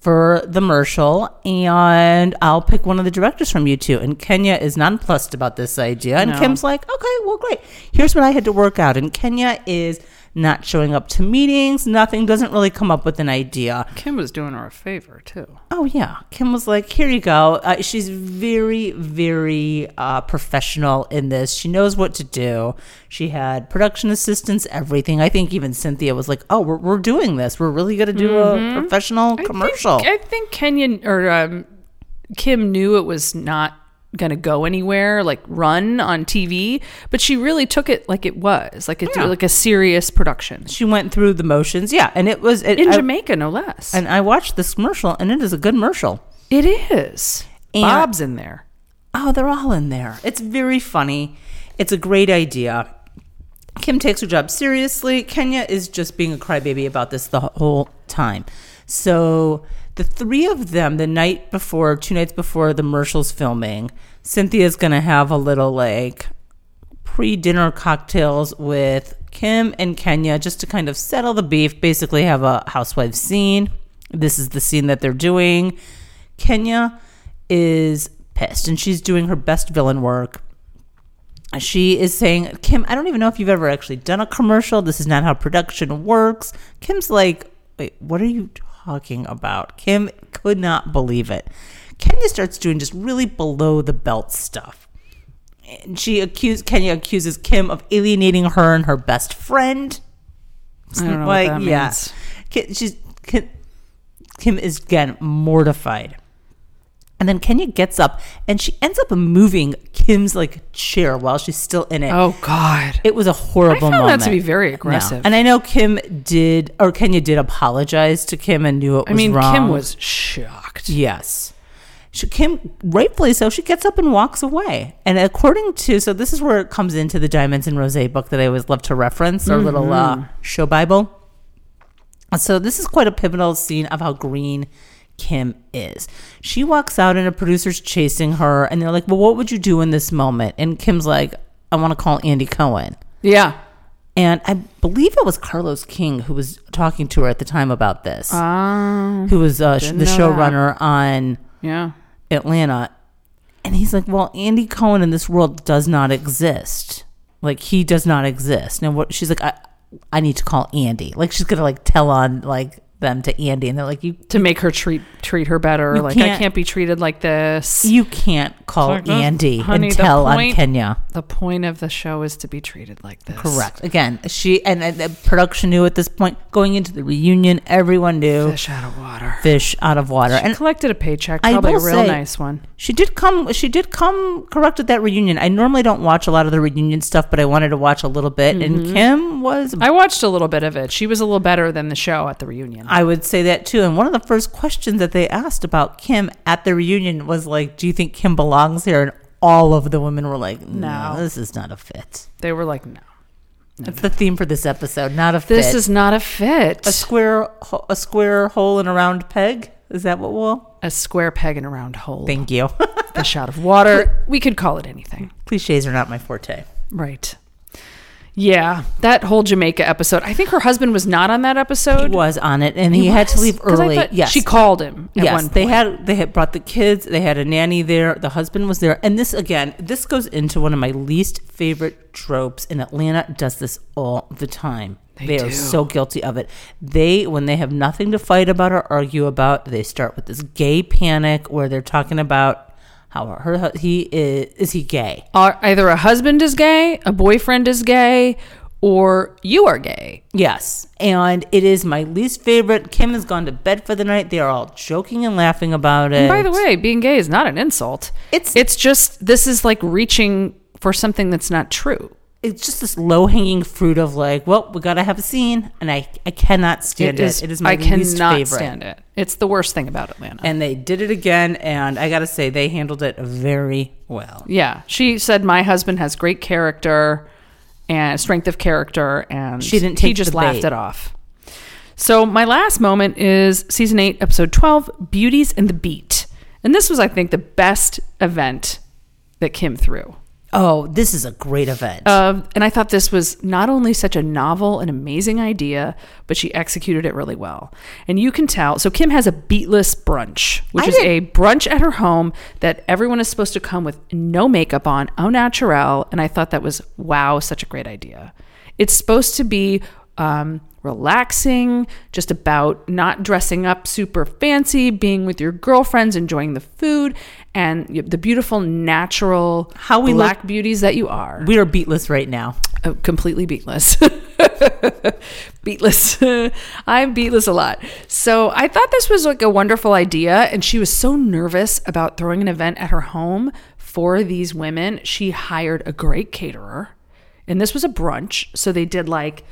Speaker 2: for the commercial and i'll pick one of the directors from you two and kenya is nonplussed about this idea and
Speaker 1: No.
Speaker 2: kim's like okay well great here's what i had to work out and kenya is not showing up to meetings nothing doesn't really come up with an idea
Speaker 1: Kim was doing her a favor too.
Speaker 2: Oh yeah, Kim was like, "Here you go." Uh, she's very, very uh, professional in this. She knows what to do. She had production assistants, everything. I think even Cynthia was like, "Oh, we're, we're doing this. We're really gonna do a professional commercial."
Speaker 1: Mm-hmm. I think Kenyon or um, Kim knew it was not going to go anywhere, like run on TV, but she really took it like it was, like it
Speaker 2: Yeah.
Speaker 1: like a serious production
Speaker 2: she went through the motions, yeah, and it was. It,
Speaker 1: in
Speaker 2: I-
Speaker 1: Jamaica, no less.
Speaker 2: and I watched this commercial, and it is a good commercial.
Speaker 1: it is.
Speaker 2: And-
Speaker 1: Bob's in there.
Speaker 2: Oh, they're all in there. It's very funny. It's a great idea. Kim takes her job seriously. Kenya is just being a crybaby about this the whole time. So the three of them, the night before, two nights before the Marshall's filming, Cynthia's gonna have a little like pre-dinner cocktails with Kim and Kenya just to kind of settle the beef, basically have a housewife scene. This is the scene that they're doing. Kenya is pissed and she's doing her best villain work. She is saying, Kim, I don't even know if you've ever actually done a commercial. This is not how production works. Kim's like, wait, what are you talking about? Kim could not believe it. Kenya starts doing just really below the belt stuff and she accused Kenya accuses Kim of alienating her and her best friend.
Speaker 1: I don't know what that means.
Speaker 2: Ki- she's Ki- Kim is again mortified, and then Kenya gets up and she ends up moving Kim's like chair while she's still in it.
Speaker 1: Oh God.
Speaker 2: It was a horrible
Speaker 1: I found that
Speaker 2: moment.
Speaker 1: to be very
Speaker 2: No.
Speaker 1: aggressive.
Speaker 2: and I know Kim did or Kenya did apologize to Kim and knew it was
Speaker 1: I mean,
Speaker 2: wrong.
Speaker 1: Kim was shocked.
Speaker 2: Yes. She, Kim, rightfully so, she gets up and walks away. And according to, so this is where it comes into
Speaker 1: Mm-hmm.
Speaker 2: the Diamonds and Rose book that I always love to reference, our little uh, show Bible. So this is quite a pivotal scene of how green Kim is. She walks out and a producer's chasing her and they're like, "Well, what would you do in this moment?" And Kim's like, "I want to call Andy Cohen."
Speaker 1: Yeah.
Speaker 2: And I believe it was Carlos King who was talking to her at the time about this. who was uh, sh- the
Speaker 1: Uh, know that.
Speaker 2: showrunner on
Speaker 1: Yeah.
Speaker 2: Atlanta. And he's like, Well, Andy Cohen in this world does not exist. Like he does not exist. And what she's like, I I need to call Andy. Like she's gonna like tell on like them to Andy and they're like, You
Speaker 1: To make her treat treat her better. like I
Speaker 2: can't-
Speaker 1: can't be treated like this.
Speaker 2: you can't call
Speaker 1: Like, that's-
Speaker 2: Andy
Speaker 1: honey,
Speaker 2: and
Speaker 1: the
Speaker 2: tell on
Speaker 1: point-
Speaker 2: Kenya.
Speaker 1: the point of the show is to be treated like this.
Speaker 2: Correct. Again, she and, and the production knew at this point, going into the reunion, everyone knew
Speaker 1: Fish out of water.
Speaker 2: fish out of water.
Speaker 1: And
Speaker 2: And
Speaker 1: collected a paycheck,
Speaker 2: I
Speaker 1: probably a
Speaker 2: will
Speaker 1: real
Speaker 2: say-
Speaker 1: nice one.
Speaker 2: She did come. She did come correct at that reunion. I normally don't watch a lot of the reunion stuff, but I wanted to watch a little bit.
Speaker 1: Mm-hmm.
Speaker 2: And Kim was.
Speaker 1: I watched a little bit of it. She was a little better than the show at the reunion.
Speaker 2: I would say that too. And one of the first questions that they asked about Kim at the reunion was like, "Do you think Kim belongs here?" And all of the women were like, "No,
Speaker 1: No.
Speaker 2: this is not a fit."
Speaker 1: They were like, no.
Speaker 2: That's the theme for this episode. Not a fit.
Speaker 1: This is not a fit.
Speaker 2: a square, ho- a square hole in a round peg. Is that what we'll?
Speaker 1: A square peg in a round hole.
Speaker 2: Thank you.
Speaker 1: A shot of water. We could call it anything.
Speaker 2: Cliches are not my forte.
Speaker 1: Right. Yeah. That whole Jamaica episode. I think her husband was not on that
Speaker 2: He
Speaker 1: episode.
Speaker 2: was on it, and he, had to
Speaker 1: was?
Speaker 2: leave
Speaker 1: 'Cause I
Speaker 2: early.
Speaker 1: thought
Speaker 2: Yes,
Speaker 1: She called him at
Speaker 2: yes,
Speaker 1: one point.
Speaker 2: they had they had brought the kids. They had a nanny there. The husband was there, and this again, this goes into one of my least favorite tropes. And Atlanta does this all the time. They,
Speaker 1: They
Speaker 2: are
Speaker 1: do.
Speaker 2: so guilty of it. They, when they have nothing to fight about or argue about, they start with this gay panic where they're talking about how her, hu- he is is he gay?
Speaker 1: Are- Either a husband is gay, a boyfriend is gay, or you are gay.
Speaker 2: Yes. And it is my least favorite. Kim has gone to bed for the night. They are all joking and laughing about it.
Speaker 1: And by the way, being gay is not an insult.
Speaker 2: It's-
Speaker 1: it's just this is like reaching for something that's not true.
Speaker 2: it's just this low hanging fruit of like, well, we gotta have a scene, and I I cannot stand it. it is
Speaker 1: I
Speaker 2: my least
Speaker 1: cannot
Speaker 2: favorite.
Speaker 1: stand it. It's the worst thing about Atlanta.
Speaker 2: And they did it again, and I gotta say they handled it very well.
Speaker 1: yeah, she said my husband has great character and strength of character, and
Speaker 2: She didn't
Speaker 1: he
Speaker 2: take
Speaker 1: just
Speaker 2: the
Speaker 1: laughed
Speaker 2: bait.
Speaker 1: it off. So my last moment is season eight, episode twelve, "Beauties and the Beat," and this was, I think, the best event that Kim threw.
Speaker 2: Oh, this is a great event.
Speaker 1: Uh, and I thought this was not only such a novel and amazing idea, but she executed it really well. And you can tell. So Kim has a beatless brunch, which
Speaker 2: I
Speaker 1: is
Speaker 2: didn't-
Speaker 1: a brunch at her home that everyone is supposed to come with no makeup on, au naturel. And I thought that was wow, such a great idea. It's supposed to be um, relaxing, just about not dressing up super fancy, being with your girlfriends, enjoying the food, and the beautiful natural
Speaker 2: How we
Speaker 1: black beauties that you are
Speaker 2: we are beatless right now.
Speaker 1: oh, completely beatless. beatless. I'm beatless a lot. So I thought this was like a wonderful idea. And she was so nervous about throwing an event at her home for these women. She hired a great caterer. And this was a brunch. So they did like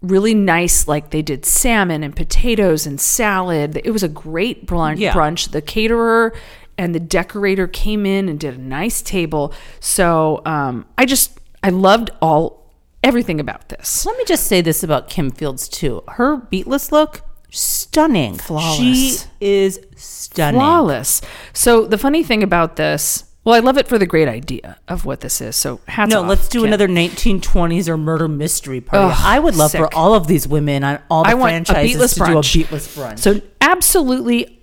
Speaker 1: really nice, like they did salmon and potatoes and salad. It was a great brunch.
Speaker 2: Yeah.
Speaker 1: brunch lunch. The caterer and the decorator came in and did a nice table. So um, I just I loved all everything about this.
Speaker 2: Let me just say this about Kim Fields too. Her beatless look, stunning. She
Speaker 1: Flawless.
Speaker 2: is stunning.
Speaker 1: Flawless. So the funny thing about this, well, I love it for the great idea of what this is. So hats
Speaker 2: No,
Speaker 1: off,
Speaker 2: let's do
Speaker 1: Kim.
Speaker 2: another 1920s or murder mystery party.
Speaker 1: Ugh,
Speaker 2: I would love for
Speaker 1: sick.
Speaker 2: all of these women on all the
Speaker 1: I want a
Speaker 2: franchises
Speaker 1: beatless
Speaker 2: to
Speaker 1: brunch.
Speaker 2: do a beatless brunch.
Speaker 1: So absolutely,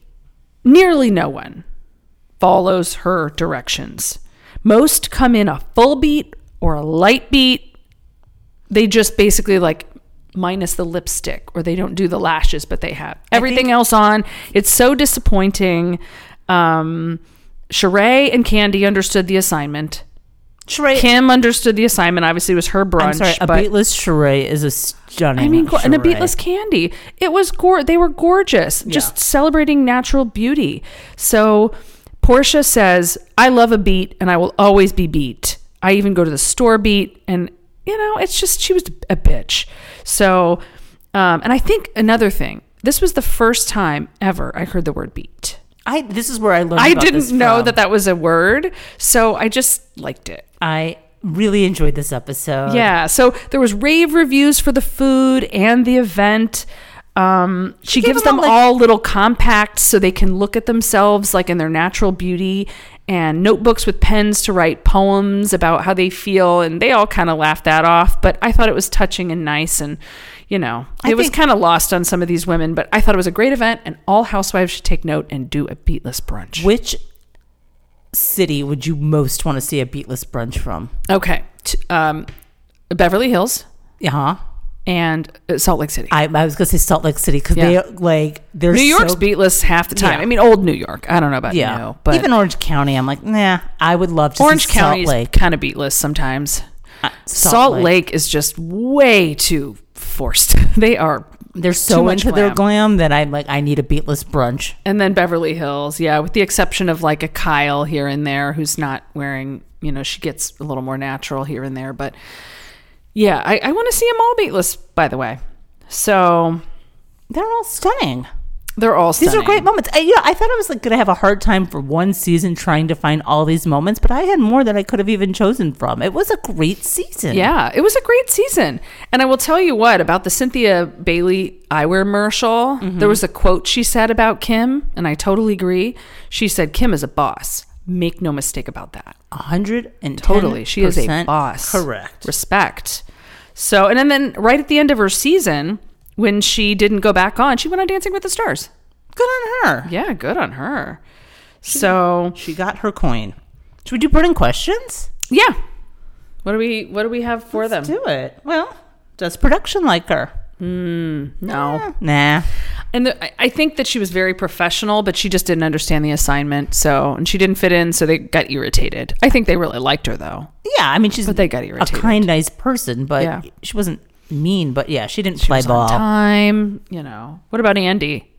Speaker 1: nearly no one follows her directions. Most come in a full beat or a light beat. They just basically like minus the lipstick or they don't do the lashes, but they have everything else on. It's so disappointing. Um, Sheree and Candy understood the assignment.
Speaker 2: Sheree,
Speaker 1: Kim understood the assignment. Obviously, it was her brunch.
Speaker 2: I'm sorry, a
Speaker 1: but-
Speaker 2: beatless Sheree is a stunning.
Speaker 1: I mean, go- and a
Speaker 2: Sheree.
Speaker 1: beatless candy. It was gore. They were gorgeous, just celebrating natural beauty. So Portia says, "I love a beat, and I will always be beat. I even go to the store beat, and you know, it's just she was a bitch." So, um, and I think another thing. This was the first time ever I heard the word beat.
Speaker 2: I this is where I learned.
Speaker 1: I
Speaker 2: about this
Speaker 1: didn't know
Speaker 2: from.
Speaker 1: that that was a word, so I just liked it.
Speaker 2: I really enjoyed this episode.
Speaker 1: Yeah. So there was rave reviews for the food and the event. Um, she,
Speaker 2: gave
Speaker 1: gives
Speaker 2: them
Speaker 1: them,
Speaker 2: all, like-
Speaker 1: all little compacts so they can look at themselves like in their natural beauty and notebooks with pens to write poems about how they feel. And they all kind of laughed that off, but I thought it was touching and nice. And, you know, it
Speaker 2: I
Speaker 1: was
Speaker 2: think-
Speaker 1: kind of lost on some of these women, but I thought it was a great event and all housewives should take note and do a beatless brunch.
Speaker 2: Which city would you most want to see a beatless brunch from?
Speaker 1: okay. T- um, Beverly Hills
Speaker 2: Yeah. huh
Speaker 1: and uh, Salt Lake City.
Speaker 2: I, I was gonna say Salt Lake City because
Speaker 1: Yeah.
Speaker 2: they like they're
Speaker 1: New York's
Speaker 2: so,
Speaker 1: beatless half the time.
Speaker 2: Yeah.
Speaker 1: I mean, old New York. I don't know about
Speaker 2: yeah,
Speaker 1: new, but
Speaker 2: even Orange County. I'm like, nah. I would love to
Speaker 1: Orange
Speaker 2: see Salt
Speaker 1: County is
Speaker 2: Lake.
Speaker 1: kind of beatless sometimes.
Speaker 2: Uh,
Speaker 1: Salt, Lake. is just way too forced. they are.
Speaker 2: They're
Speaker 1: too
Speaker 2: so
Speaker 1: much
Speaker 2: into their
Speaker 1: glam.
Speaker 2: glam that I'm like, I need a beatless brunch.
Speaker 1: And then Beverly Hills, yeah, with the exception of like a Kyle here and there who's not wearing, you know, she gets a little more natural here and there. But yeah, I, I want to see them all beatless, by the way. So
Speaker 2: They're all stunning.
Speaker 1: they're all
Speaker 2: These
Speaker 1: stunning.
Speaker 2: are great moments. I, yeah, I thought I was like going to have a hard time for one season trying to find all these moments, but I had more that I could have even chosen from. It was a great season.
Speaker 1: Yeah, it was a great season. And I will tell you what about the Cynthia Bailey eyewear commercial. There was a quote she said about Kim, and I totally agree. She said, Kim is a boss. Make no mistake about that.
Speaker 2: a hundred and
Speaker 1: Totally. She is a boss.
Speaker 2: Correct.
Speaker 1: Respect. So, and then, then right at the end of her season, when she didn't go back on, she went on Dancing with the Stars.
Speaker 2: Good on her.
Speaker 1: Yeah, good on her. So,
Speaker 2: She got her coin. Should we do burning questions?
Speaker 1: yeah. What do we what do we have for
Speaker 2: Let's
Speaker 1: them?
Speaker 2: do it. Well, does production like her?
Speaker 1: No.
Speaker 2: Eh, Nah.
Speaker 1: And the, I- I think that she was very professional, but she just didn't understand the assignment. So, and she didn't fit in, so they got irritated. I think they really liked her, though.
Speaker 2: Yeah, I mean she's
Speaker 1: But they got
Speaker 2: a
Speaker 1: irritated.
Speaker 2: kind, nice person, but
Speaker 1: Yeah.
Speaker 2: she wasn't mean. But yeah, she didn't play
Speaker 1: She was on
Speaker 2: ball.
Speaker 1: time, you know. What about Andy?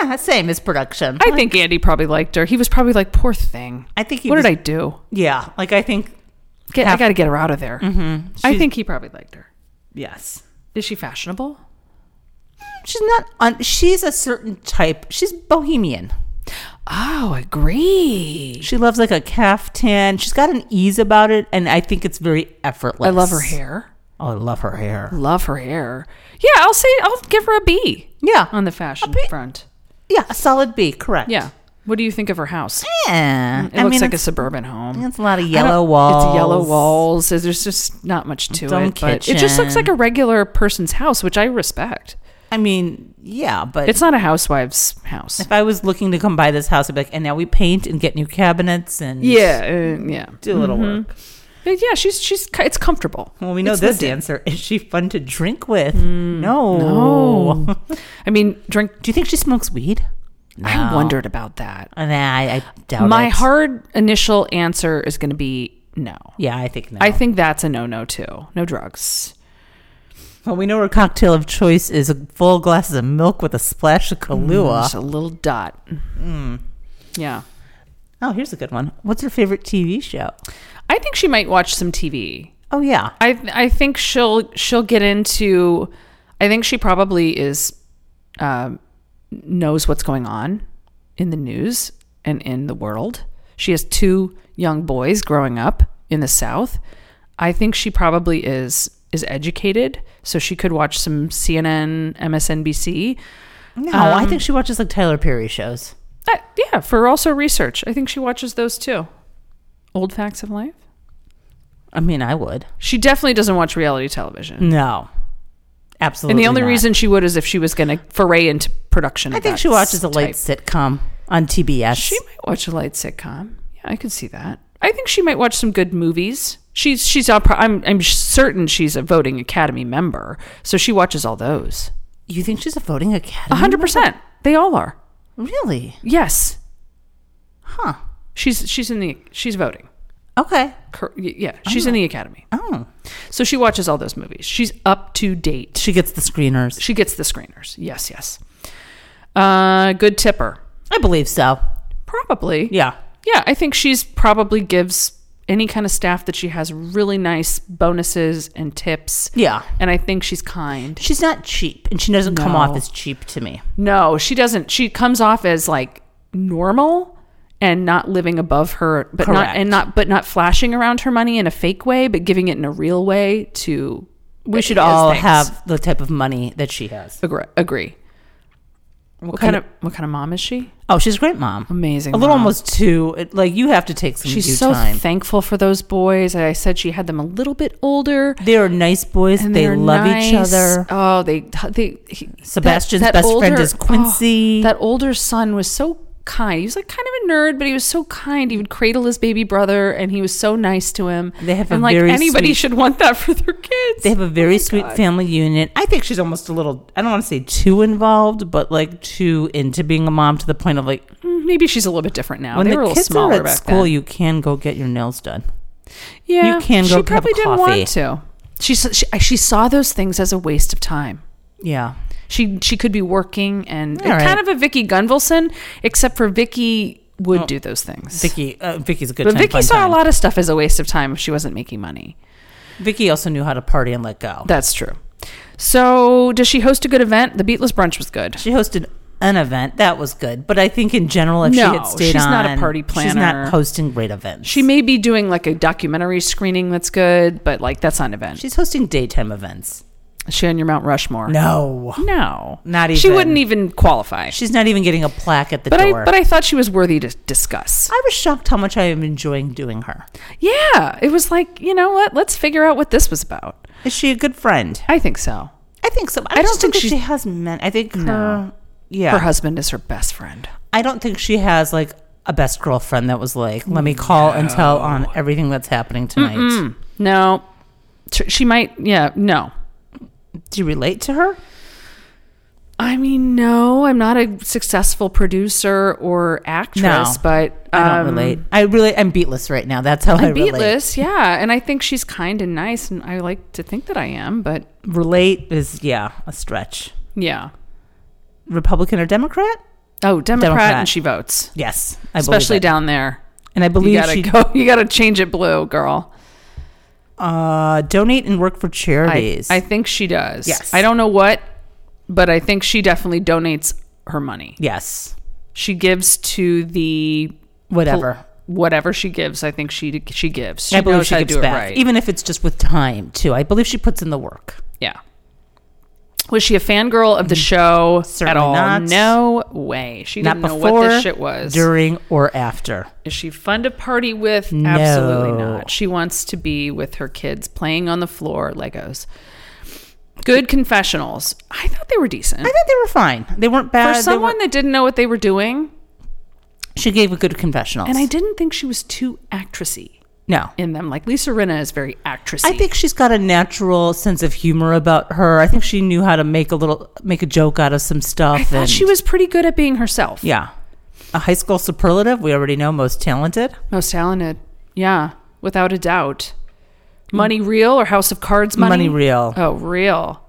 Speaker 2: Yeah, same as production.
Speaker 1: I think Andy probably liked her. He was probably like, "Poor thing.
Speaker 2: I think he
Speaker 1: what
Speaker 2: was-
Speaker 1: did I do?
Speaker 2: Yeah, like I think
Speaker 1: Get, I
Speaker 2: Half-
Speaker 1: got to get her out of there." I
Speaker 2: Mm-hmm. She's-
Speaker 1: think he probably liked her.
Speaker 2: yes.
Speaker 1: Is she fashionable?
Speaker 2: She's not on. She's a certain type. She's bohemian.
Speaker 1: Oh, agree.
Speaker 2: She loves like a caftan. She's got an ease about it, and I think it's very effortless.
Speaker 1: I love her hair.
Speaker 2: Oh, I love her hair.
Speaker 1: Love her hair. Yeah, I'll say I'll give her a B
Speaker 2: Yeah,
Speaker 1: on the fashion
Speaker 2: B.
Speaker 1: front.
Speaker 2: yeah, a solid B. Correct.
Speaker 1: Yeah. What do you think of her house?
Speaker 2: Yeah.
Speaker 1: It
Speaker 2: I
Speaker 1: looks
Speaker 2: mean,
Speaker 1: like a
Speaker 2: it's,
Speaker 1: suburban home.
Speaker 2: it's a lot of
Speaker 1: I don't-
Speaker 2: yellow walls.
Speaker 1: It's yellow walls. There's just not much to
Speaker 2: Dumb
Speaker 1: it. But it just looks like
Speaker 2: kitchen.
Speaker 1: a regular person's house, which I respect.
Speaker 2: I mean, yeah, but
Speaker 1: It's not a housewife's house.
Speaker 2: if I was looking to come buy this house, I'd be like, and now we paint and get new cabinets and
Speaker 1: Yeah, uh, yeah.
Speaker 2: do a little work.
Speaker 1: But yeah, she's she's co- it's comfortable.
Speaker 2: Well, we know
Speaker 1: It's
Speaker 2: this
Speaker 1: legit. Mm.
Speaker 2: answer. Is she fun to drink with? no.
Speaker 1: No. I mean, drink.
Speaker 2: Do you think she smokes weed?
Speaker 1: I
Speaker 2: No.
Speaker 1: wondered about that.
Speaker 2: Nah, I, I doubt
Speaker 1: My
Speaker 2: it.
Speaker 1: hard initial answer is going to be no.
Speaker 2: Yeah, I think no.
Speaker 1: I think that's a no no too. No drugs.
Speaker 2: well, we know her cocktail of choice is full glasses of milk with a splash of Kahlua.
Speaker 1: Just a little dot.
Speaker 2: Mm.
Speaker 1: Yeah.
Speaker 2: Oh, here's a good one. What's her favorite TV show?
Speaker 1: I think she might watch some TV.
Speaker 2: Oh yeah,
Speaker 1: I I think she'll she'll get into. I think she probably is um, knows what's going on in the news and in the world. She has two young boys growing up in the South. I think she probably is is educated, so she could watch some CNN, MSNBC.
Speaker 2: no, I
Speaker 1: Um,
Speaker 2: think she watches like Tyler Perry shows.
Speaker 1: Uh, yeah, for also research. I think she watches those too. Old facts of life.
Speaker 2: I mean, I would.
Speaker 1: She definitely doesn't watch reality television.
Speaker 2: No, absolutely.
Speaker 1: And the only
Speaker 2: not.
Speaker 1: reason she would is if she was going to foray into production.
Speaker 2: I
Speaker 1: of
Speaker 2: think
Speaker 1: that
Speaker 2: she watches a late
Speaker 1: type.
Speaker 2: sitcom on TBS.
Speaker 1: She might watch a light sitcom. Yeah, I could see that. I think she might watch some good movies. She's she's all pro- I'm I'm certain she's a voting Academy member, so she watches all those.
Speaker 2: you think she's a voting
Speaker 1: A
Speaker 2: academy?
Speaker 1: hundred percent, they all are.
Speaker 2: Really?
Speaker 1: Yes,
Speaker 2: Huh.
Speaker 1: she's she's in the she's voting.
Speaker 2: Okay.
Speaker 1: Cor- y- Yeah, she's in the Academy,
Speaker 2: Oh,
Speaker 1: so she watches all those movies. She's up to date.
Speaker 2: she gets the screeners.
Speaker 1: She gets the screeners. Yes, yes. Uh, good tipper,
Speaker 2: I believe so.
Speaker 1: probably.
Speaker 2: Yeah.
Speaker 1: Yeah, I think she's probably gives any kind of staff that she has really nice bonuses and tips.
Speaker 2: Yeah.
Speaker 1: And I think she's kind.
Speaker 2: She's not cheap, and she doesn't come off
Speaker 1: No.
Speaker 2: as cheap to me.
Speaker 1: No, she doesn't. She comes off as like normal and not living above her, but not
Speaker 2: Correct.
Speaker 1: and not but not flashing around her money in a fake way, but giving it in a real way to
Speaker 2: We should
Speaker 1: Yes,
Speaker 2: all
Speaker 1: thanks.
Speaker 2: have the type of money that she has.
Speaker 1: agree. agree. What, kind of what kind of mom is she?
Speaker 2: Oh, she's a great mom.
Speaker 1: Amazing.
Speaker 2: A little
Speaker 1: mom.
Speaker 2: almost too. it- Like you have to take some. due
Speaker 1: She's so
Speaker 2: time.
Speaker 1: thankful for those boys. I said she had them a little bit older.
Speaker 2: they are nice boys.
Speaker 1: And
Speaker 2: they
Speaker 1: they're
Speaker 2: love each
Speaker 1: nice.
Speaker 2: other.
Speaker 1: Oh, they they he,
Speaker 2: Sebastian's best friend is Quincy.
Speaker 1: oh, that older son was so kind. He was like kind of a nerd, but he was so kind. He would cradle his baby brother, and he was so nice to him.
Speaker 2: They have a
Speaker 1: and like
Speaker 2: very
Speaker 1: anybody
Speaker 2: sweet-
Speaker 1: should want that for their kids.
Speaker 2: They have a very sweet family union. I think she's almost a little. I don't want to say too involved, but like too into being a mom to the point of like
Speaker 1: Mm, Maybe she's a little bit different now.
Speaker 2: when
Speaker 1: Oh, they
Speaker 2: the
Speaker 1: were a little
Speaker 2: kids are
Speaker 1: smaller
Speaker 2: at
Speaker 1: back
Speaker 2: school,
Speaker 1: then.
Speaker 2: you can go get your nails done.
Speaker 1: yeah,
Speaker 2: can go
Speaker 1: She
Speaker 2: have
Speaker 1: probably didn't
Speaker 2: coffee.
Speaker 1: want to. She, s- she she saw those things as a waste of time.
Speaker 2: Yeah,
Speaker 1: She she could be working and
Speaker 2: All right.
Speaker 1: kind of a Vicky Gunvalson, except for Vicky would do those things.
Speaker 2: Vicky. Uh, Vicky's a good.
Speaker 1: but
Speaker 2: time,
Speaker 1: Vicky
Speaker 2: fun
Speaker 1: saw
Speaker 2: time.
Speaker 1: a lot of stuff as a waste of time if she wasn't making money.
Speaker 2: Vicky also knew how to party and let go.
Speaker 1: That's true. So does she host a good event? The Beatless brunch was good.
Speaker 2: She hosted an event that was good, but I think in general, if she
Speaker 1: No,
Speaker 2: had stayed
Speaker 1: she's
Speaker 2: on,
Speaker 1: not a party
Speaker 2: She's
Speaker 1: planner.
Speaker 2: not hosting great events.
Speaker 1: She may be doing like a documentary screening that's good, but like that's not an event.
Speaker 2: she's hosting daytime events.
Speaker 1: Is she on your Mount Rushmore?
Speaker 2: No,
Speaker 1: No.
Speaker 2: Not
Speaker 1: She
Speaker 2: even.
Speaker 1: wouldn't even qualify.
Speaker 2: she's not even getting a plaque at the
Speaker 1: but
Speaker 2: door.
Speaker 1: I but I thought she was worthy to discuss.
Speaker 2: I was shocked how much I am enjoying doing her.
Speaker 1: Yeah. It was like, you know what? Let's figure out what this was about.
Speaker 2: Is she a good friend?
Speaker 1: I think so.
Speaker 2: I think so. I,
Speaker 1: I don't
Speaker 2: just don't
Speaker 1: think
Speaker 2: think,
Speaker 1: she's-
Speaker 2: she has men. I think her. Yeah,
Speaker 1: Her husband is her best friend.
Speaker 2: I don't think she has like a best girlfriend that was like, let me call and tell on everything that's happening tonight.
Speaker 1: No. Tr- She might yeah, no.
Speaker 2: Do you relate to her?
Speaker 1: I mean, no, I'm not a successful producer or actress, but
Speaker 2: I
Speaker 1: um,
Speaker 2: don't relate. I really, I'm beatless right now. That's how i
Speaker 1: I'm
Speaker 2: relate.
Speaker 1: beatless, yeah, and I think she's kind and nice, and I like to think that I am, but
Speaker 2: Relate is yeah, a stretch.
Speaker 1: yeah.
Speaker 2: Republican or Democrat?
Speaker 1: Oh, Democrat,
Speaker 2: Democrat.
Speaker 1: and she votes,
Speaker 2: Yes, I
Speaker 1: especially
Speaker 2: believe it.
Speaker 1: down there.
Speaker 2: and I
Speaker 1: You
Speaker 2: believe
Speaker 1: gotta
Speaker 2: she
Speaker 1: go. You gotta change it blue, girl.
Speaker 2: uh, donate and work for
Speaker 1: I,
Speaker 2: charities.
Speaker 1: I think she does.
Speaker 2: Yes.
Speaker 1: I don't know what, but I think she definitely donates her money.
Speaker 2: yes,
Speaker 1: She gives to the
Speaker 2: whatever.
Speaker 1: whatever she gives. I think she she gives. She
Speaker 2: I believe
Speaker 1: knows
Speaker 2: she
Speaker 1: how to
Speaker 2: gives
Speaker 1: do it
Speaker 2: back,
Speaker 1: right.
Speaker 2: even if it's just with time too. I believe she puts in the work.
Speaker 1: Yeah. Was she a fangirl of the show at
Speaker 2: Mm, Certainly
Speaker 1: all?
Speaker 2: not.
Speaker 1: No way. She
Speaker 2: Not
Speaker 1: didn't
Speaker 2: before,
Speaker 1: know what this shit was.
Speaker 2: during or after.
Speaker 1: Is she fun to party with?
Speaker 2: No.
Speaker 1: Absolutely not. She wants to be with her kids playing on the floor, Legos. Good confessionals. I thought they were decent.
Speaker 2: I thought they were fine. They weren't
Speaker 1: For
Speaker 2: bad. They
Speaker 1: someone
Speaker 2: weren't-
Speaker 1: that didn't know what they were doing,
Speaker 2: she gave a good confessional.
Speaker 1: and I didn't think she was too actressy
Speaker 2: no.
Speaker 1: in them. Like Lisa Rinna is very actressy.
Speaker 2: I think she's got a natural sense of humor about her. I think she knew how to make a little make a joke out of some stuff.
Speaker 1: I thought
Speaker 2: and-
Speaker 1: she was pretty good at being herself.
Speaker 2: yeah, a high school superlative. We already know most talented.
Speaker 1: Most talented. Yeah, without a doubt. Money real or House of Cards money?
Speaker 2: Money real.
Speaker 1: Oh, real.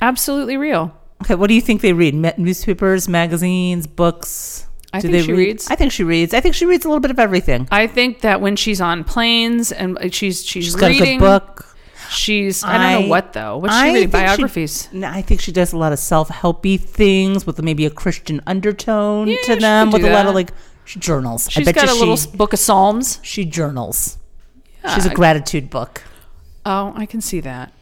Speaker 1: Absolutely real.
Speaker 2: Okay, what do you think they read? Ma- newspapers, magazines, books.
Speaker 1: I
Speaker 2: do
Speaker 1: think
Speaker 2: they
Speaker 1: she
Speaker 2: read?
Speaker 1: reads.
Speaker 2: I think she reads. I think she reads a little bit of everything.
Speaker 1: I think that when she's on planes and uh, she's she's,
Speaker 2: She's got
Speaker 1: reading,
Speaker 2: a good book.
Speaker 1: She's I, don't know what though. What's
Speaker 2: I
Speaker 1: she reading?
Speaker 2: think she-
Speaker 1: Biographies.
Speaker 2: no, I think she does a lot of self-helpy things with maybe a Christian undertone
Speaker 1: Yeah,
Speaker 2: to
Speaker 1: she
Speaker 2: them,
Speaker 1: could
Speaker 2: with
Speaker 1: do
Speaker 2: a lot
Speaker 1: that.
Speaker 2: of like she journals. I
Speaker 1: She's
Speaker 2: bet
Speaker 1: got
Speaker 2: you
Speaker 1: a little s-
Speaker 2: she,
Speaker 1: book of Psalms.
Speaker 2: she journals.
Speaker 1: Yeah,
Speaker 2: She's a
Speaker 1: I-
Speaker 2: gratitude book.
Speaker 1: Oh, I can see that.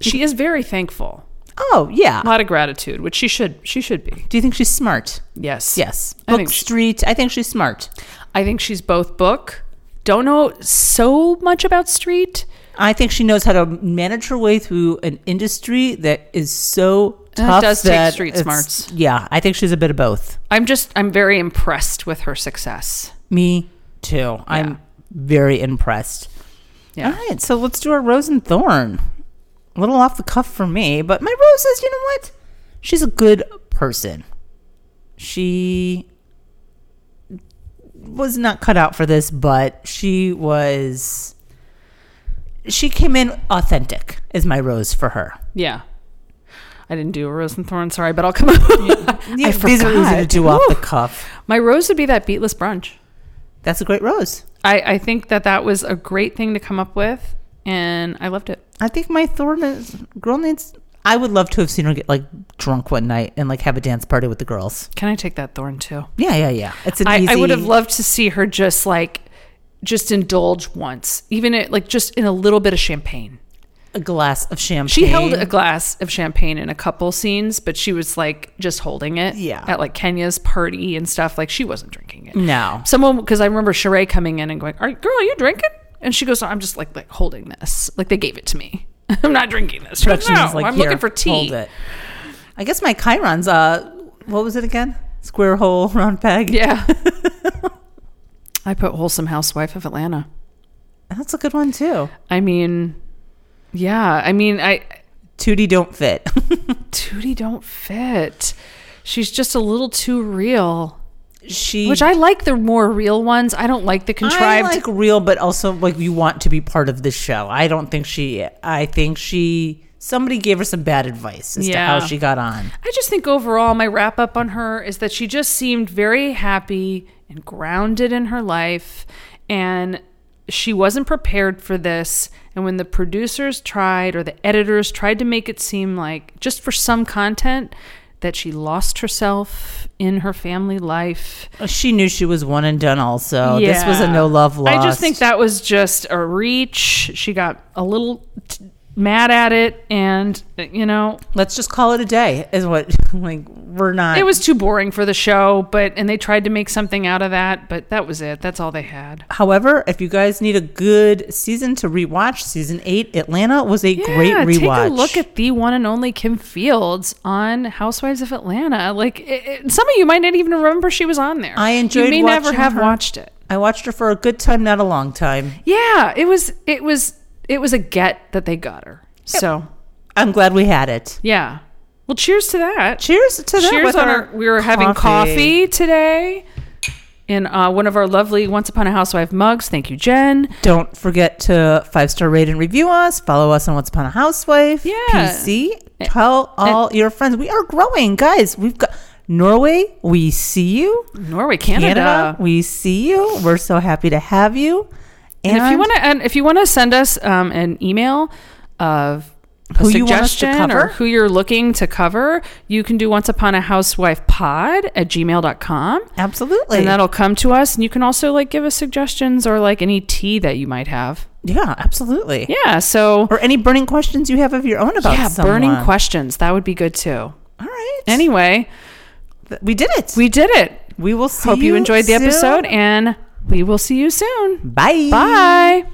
Speaker 1: She is very thankful.
Speaker 2: Oh yeah.
Speaker 1: A lot of gratitude, which she should she should be.
Speaker 2: Do you think she's smart?
Speaker 1: Yes.
Speaker 2: Yes.
Speaker 1: I
Speaker 2: Book
Speaker 1: think she-
Speaker 2: Street. I think she's smart.
Speaker 1: I think she's both book. Don't know so much about street.
Speaker 2: I think she knows how to manage her way through an industry that is so
Speaker 1: That
Speaker 2: tough.
Speaker 1: does take
Speaker 2: that
Speaker 1: street
Speaker 2: it's-
Speaker 1: smarts.
Speaker 2: Yeah, I think she's a bit of both.
Speaker 1: I'm just I'm very impressed with her success.
Speaker 2: Me too. I'm very impressed.
Speaker 1: Yeah.
Speaker 2: All right, so let's do our rose and thorn. A little off the cuff for me, but my rose is, you know what? She's a good person. She was not cut out for this, but she was. She came in authentic, is my rose for her.
Speaker 1: Yeah. I didn't do a rose and thorn, sorry, but I'll come up. I
Speaker 2: These are easy to
Speaker 1: forgot.
Speaker 2: do off the cuff.
Speaker 1: My rose would be that beatless brunch.
Speaker 2: That's a great rose.
Speaker 1: I, I think that that was a great thing to come up with, and I loved it.
Speaker 2: I think my thorn is. Girl needs. I would love to have seen her get like drunk one night and like have a dance party with the girls.
Speaker 1: Can I take that thorn too?
Speaker 2: Yeah, yeah, yeah. It's an
Speaker 1: I,
Speaker 2: easy.
Speaker 1: I would have loved to see her just like, just indulge once, even it, like just in a little bit of champagne.
Speaker 2: a glass of champagne.
Speaker 1: She held a glass of champagne in a couple scenes, but she was like just holding it.
Speaker 2: Yeah.
Speaker 1: At like Kenya's party and stuff. Like she wasn't drinking it.
Speaker 2: No.
Speaker 1: Someone, because I remember Sheree coming in and going, "Are girl, are you drinking?" And she goes, "I'm just like like holding this. Like they gave it to me. I'm not drinking this. She goes,
Speaker 2: Production
Speaker 1: no,
Speaker 2: was like,
Speaker 1: I'm
Speaker 2: "Here,
Speaker 1: looking for tea.
Speaker 2: Hold it. I guess my Chiron's uh what was it again? Square hole round peg.
Speaker 1: Yeah. I put Wholesome Housewife of Atlanta.
Speaker 2: That's a good one too.
Speaker 1: I mean, yeah. I mean, I
Speaker 2: Tootie don't fit.
Speaker 1: Tootie don't fit. She's just a little too real.
Speaker 2: she
Speaker 1: Which I like the more real ones. I don't like the contrived.
Speaker 2: I like real, but also like you want to be part of this show. I don't think she. I think she. Somebody gave her some bad advice as
Speaker 1: Yeah.
Speaker 2: to how she got on.
Speaker 1: I just think overall, my wrap up on her is that she just seemed very happy and grounded in her life. And she wasn't prepared for this. And when the producers tried or the editors tried to make it seem like just for some content, that she lost herself in her family life.
Speaker 2: She knew she was one and done. Also, Oh, this was a no love lost.
Speaker 1: I just think that was just a reach. She got a little t- mad at it, and you know,
Speaker 2: let's just call it a day. Is what like we're not.
Speaker 1: it was too boring for the show. But and they tried to make something out of that, but that was it. That's all they had.
Speaker 2: However, if you guys need a good season to rewatch, season eight Atlanta was a great
Speaker 1: Yeah,
Speaker 2: rewatch.
Speaker 1: Take a look at the one and only Kim Fields on Housewives of Atlanta. Like it, it- some of you might not even remember she was on there.
Speaker 2: I enjoyed
Speaker 1: You may never
Speaker 2: watching
Speaker 1: have
Speaker 2: her.
Speaker 1: watched it.
Speaker 2: I watched her for a good time, not a long time.
Speaker 1: Yeah, it was. It was. It was a get that they got her. So
Speaker 2: I'm glad we had it.
Speaker 1: yeah. Well, cheers to that.
Speaker 2: Cheers to that.
Speaker 1: Cheers
Speaker 2: with
Speaker 1: on
Speaker 2: our
Speaker 1: our, we were having coffee today in uh, one of our lovely Once Upon a Housewife mugs. Thank you, Jen.
Speaker 2: Don't forget to five star rate and review us. Follow us on Once Upon a Housewife.
Speaker 1: Yeah. Eh.
Speaker 2: PC. Tell all your friends. We are growing, guys. We've got Norway. We see you.
Speaker 1: Norway,
Speaker 2: Canada.
Speaker 1: Canada.
Speaker 2: we see you. We're so happy to have you.
Speaker 1: And if you want to, and if you want to send us um, an email of a
Speaker 2: Who you want us to
Speaker 1: suggestion
Speaker 2: cover?
Speaker 1: or who you're looking to cover, you can do Once Upon a Housewife Pod at gmail.com.
Speaker 2: absolutely.
Speaker 1: And that'll come to us. And you can also like give us suggestions or like any tea that you might have.
Speaker 2: yeah, absolutely.
Speaker 1: Yeah. So,
Speaker 2: Or any burning questions you have of your own about
Speaker 1: yeah,
Speaker 2: someone.
Speaker 1: burning questions. That would be good too.
Speaker 2: All right.
Speaker 1: Anyway,
Speaker 2: Th- we did it.
Speaker 1: we did it.
Speaker 2: we will see
Speaker 1: Hope you enjoyed the
Speaker 2: soon.
Speaker 1: episode, and we will see you soon.
Speaker 2: Bye.
Speaker 1: Bye.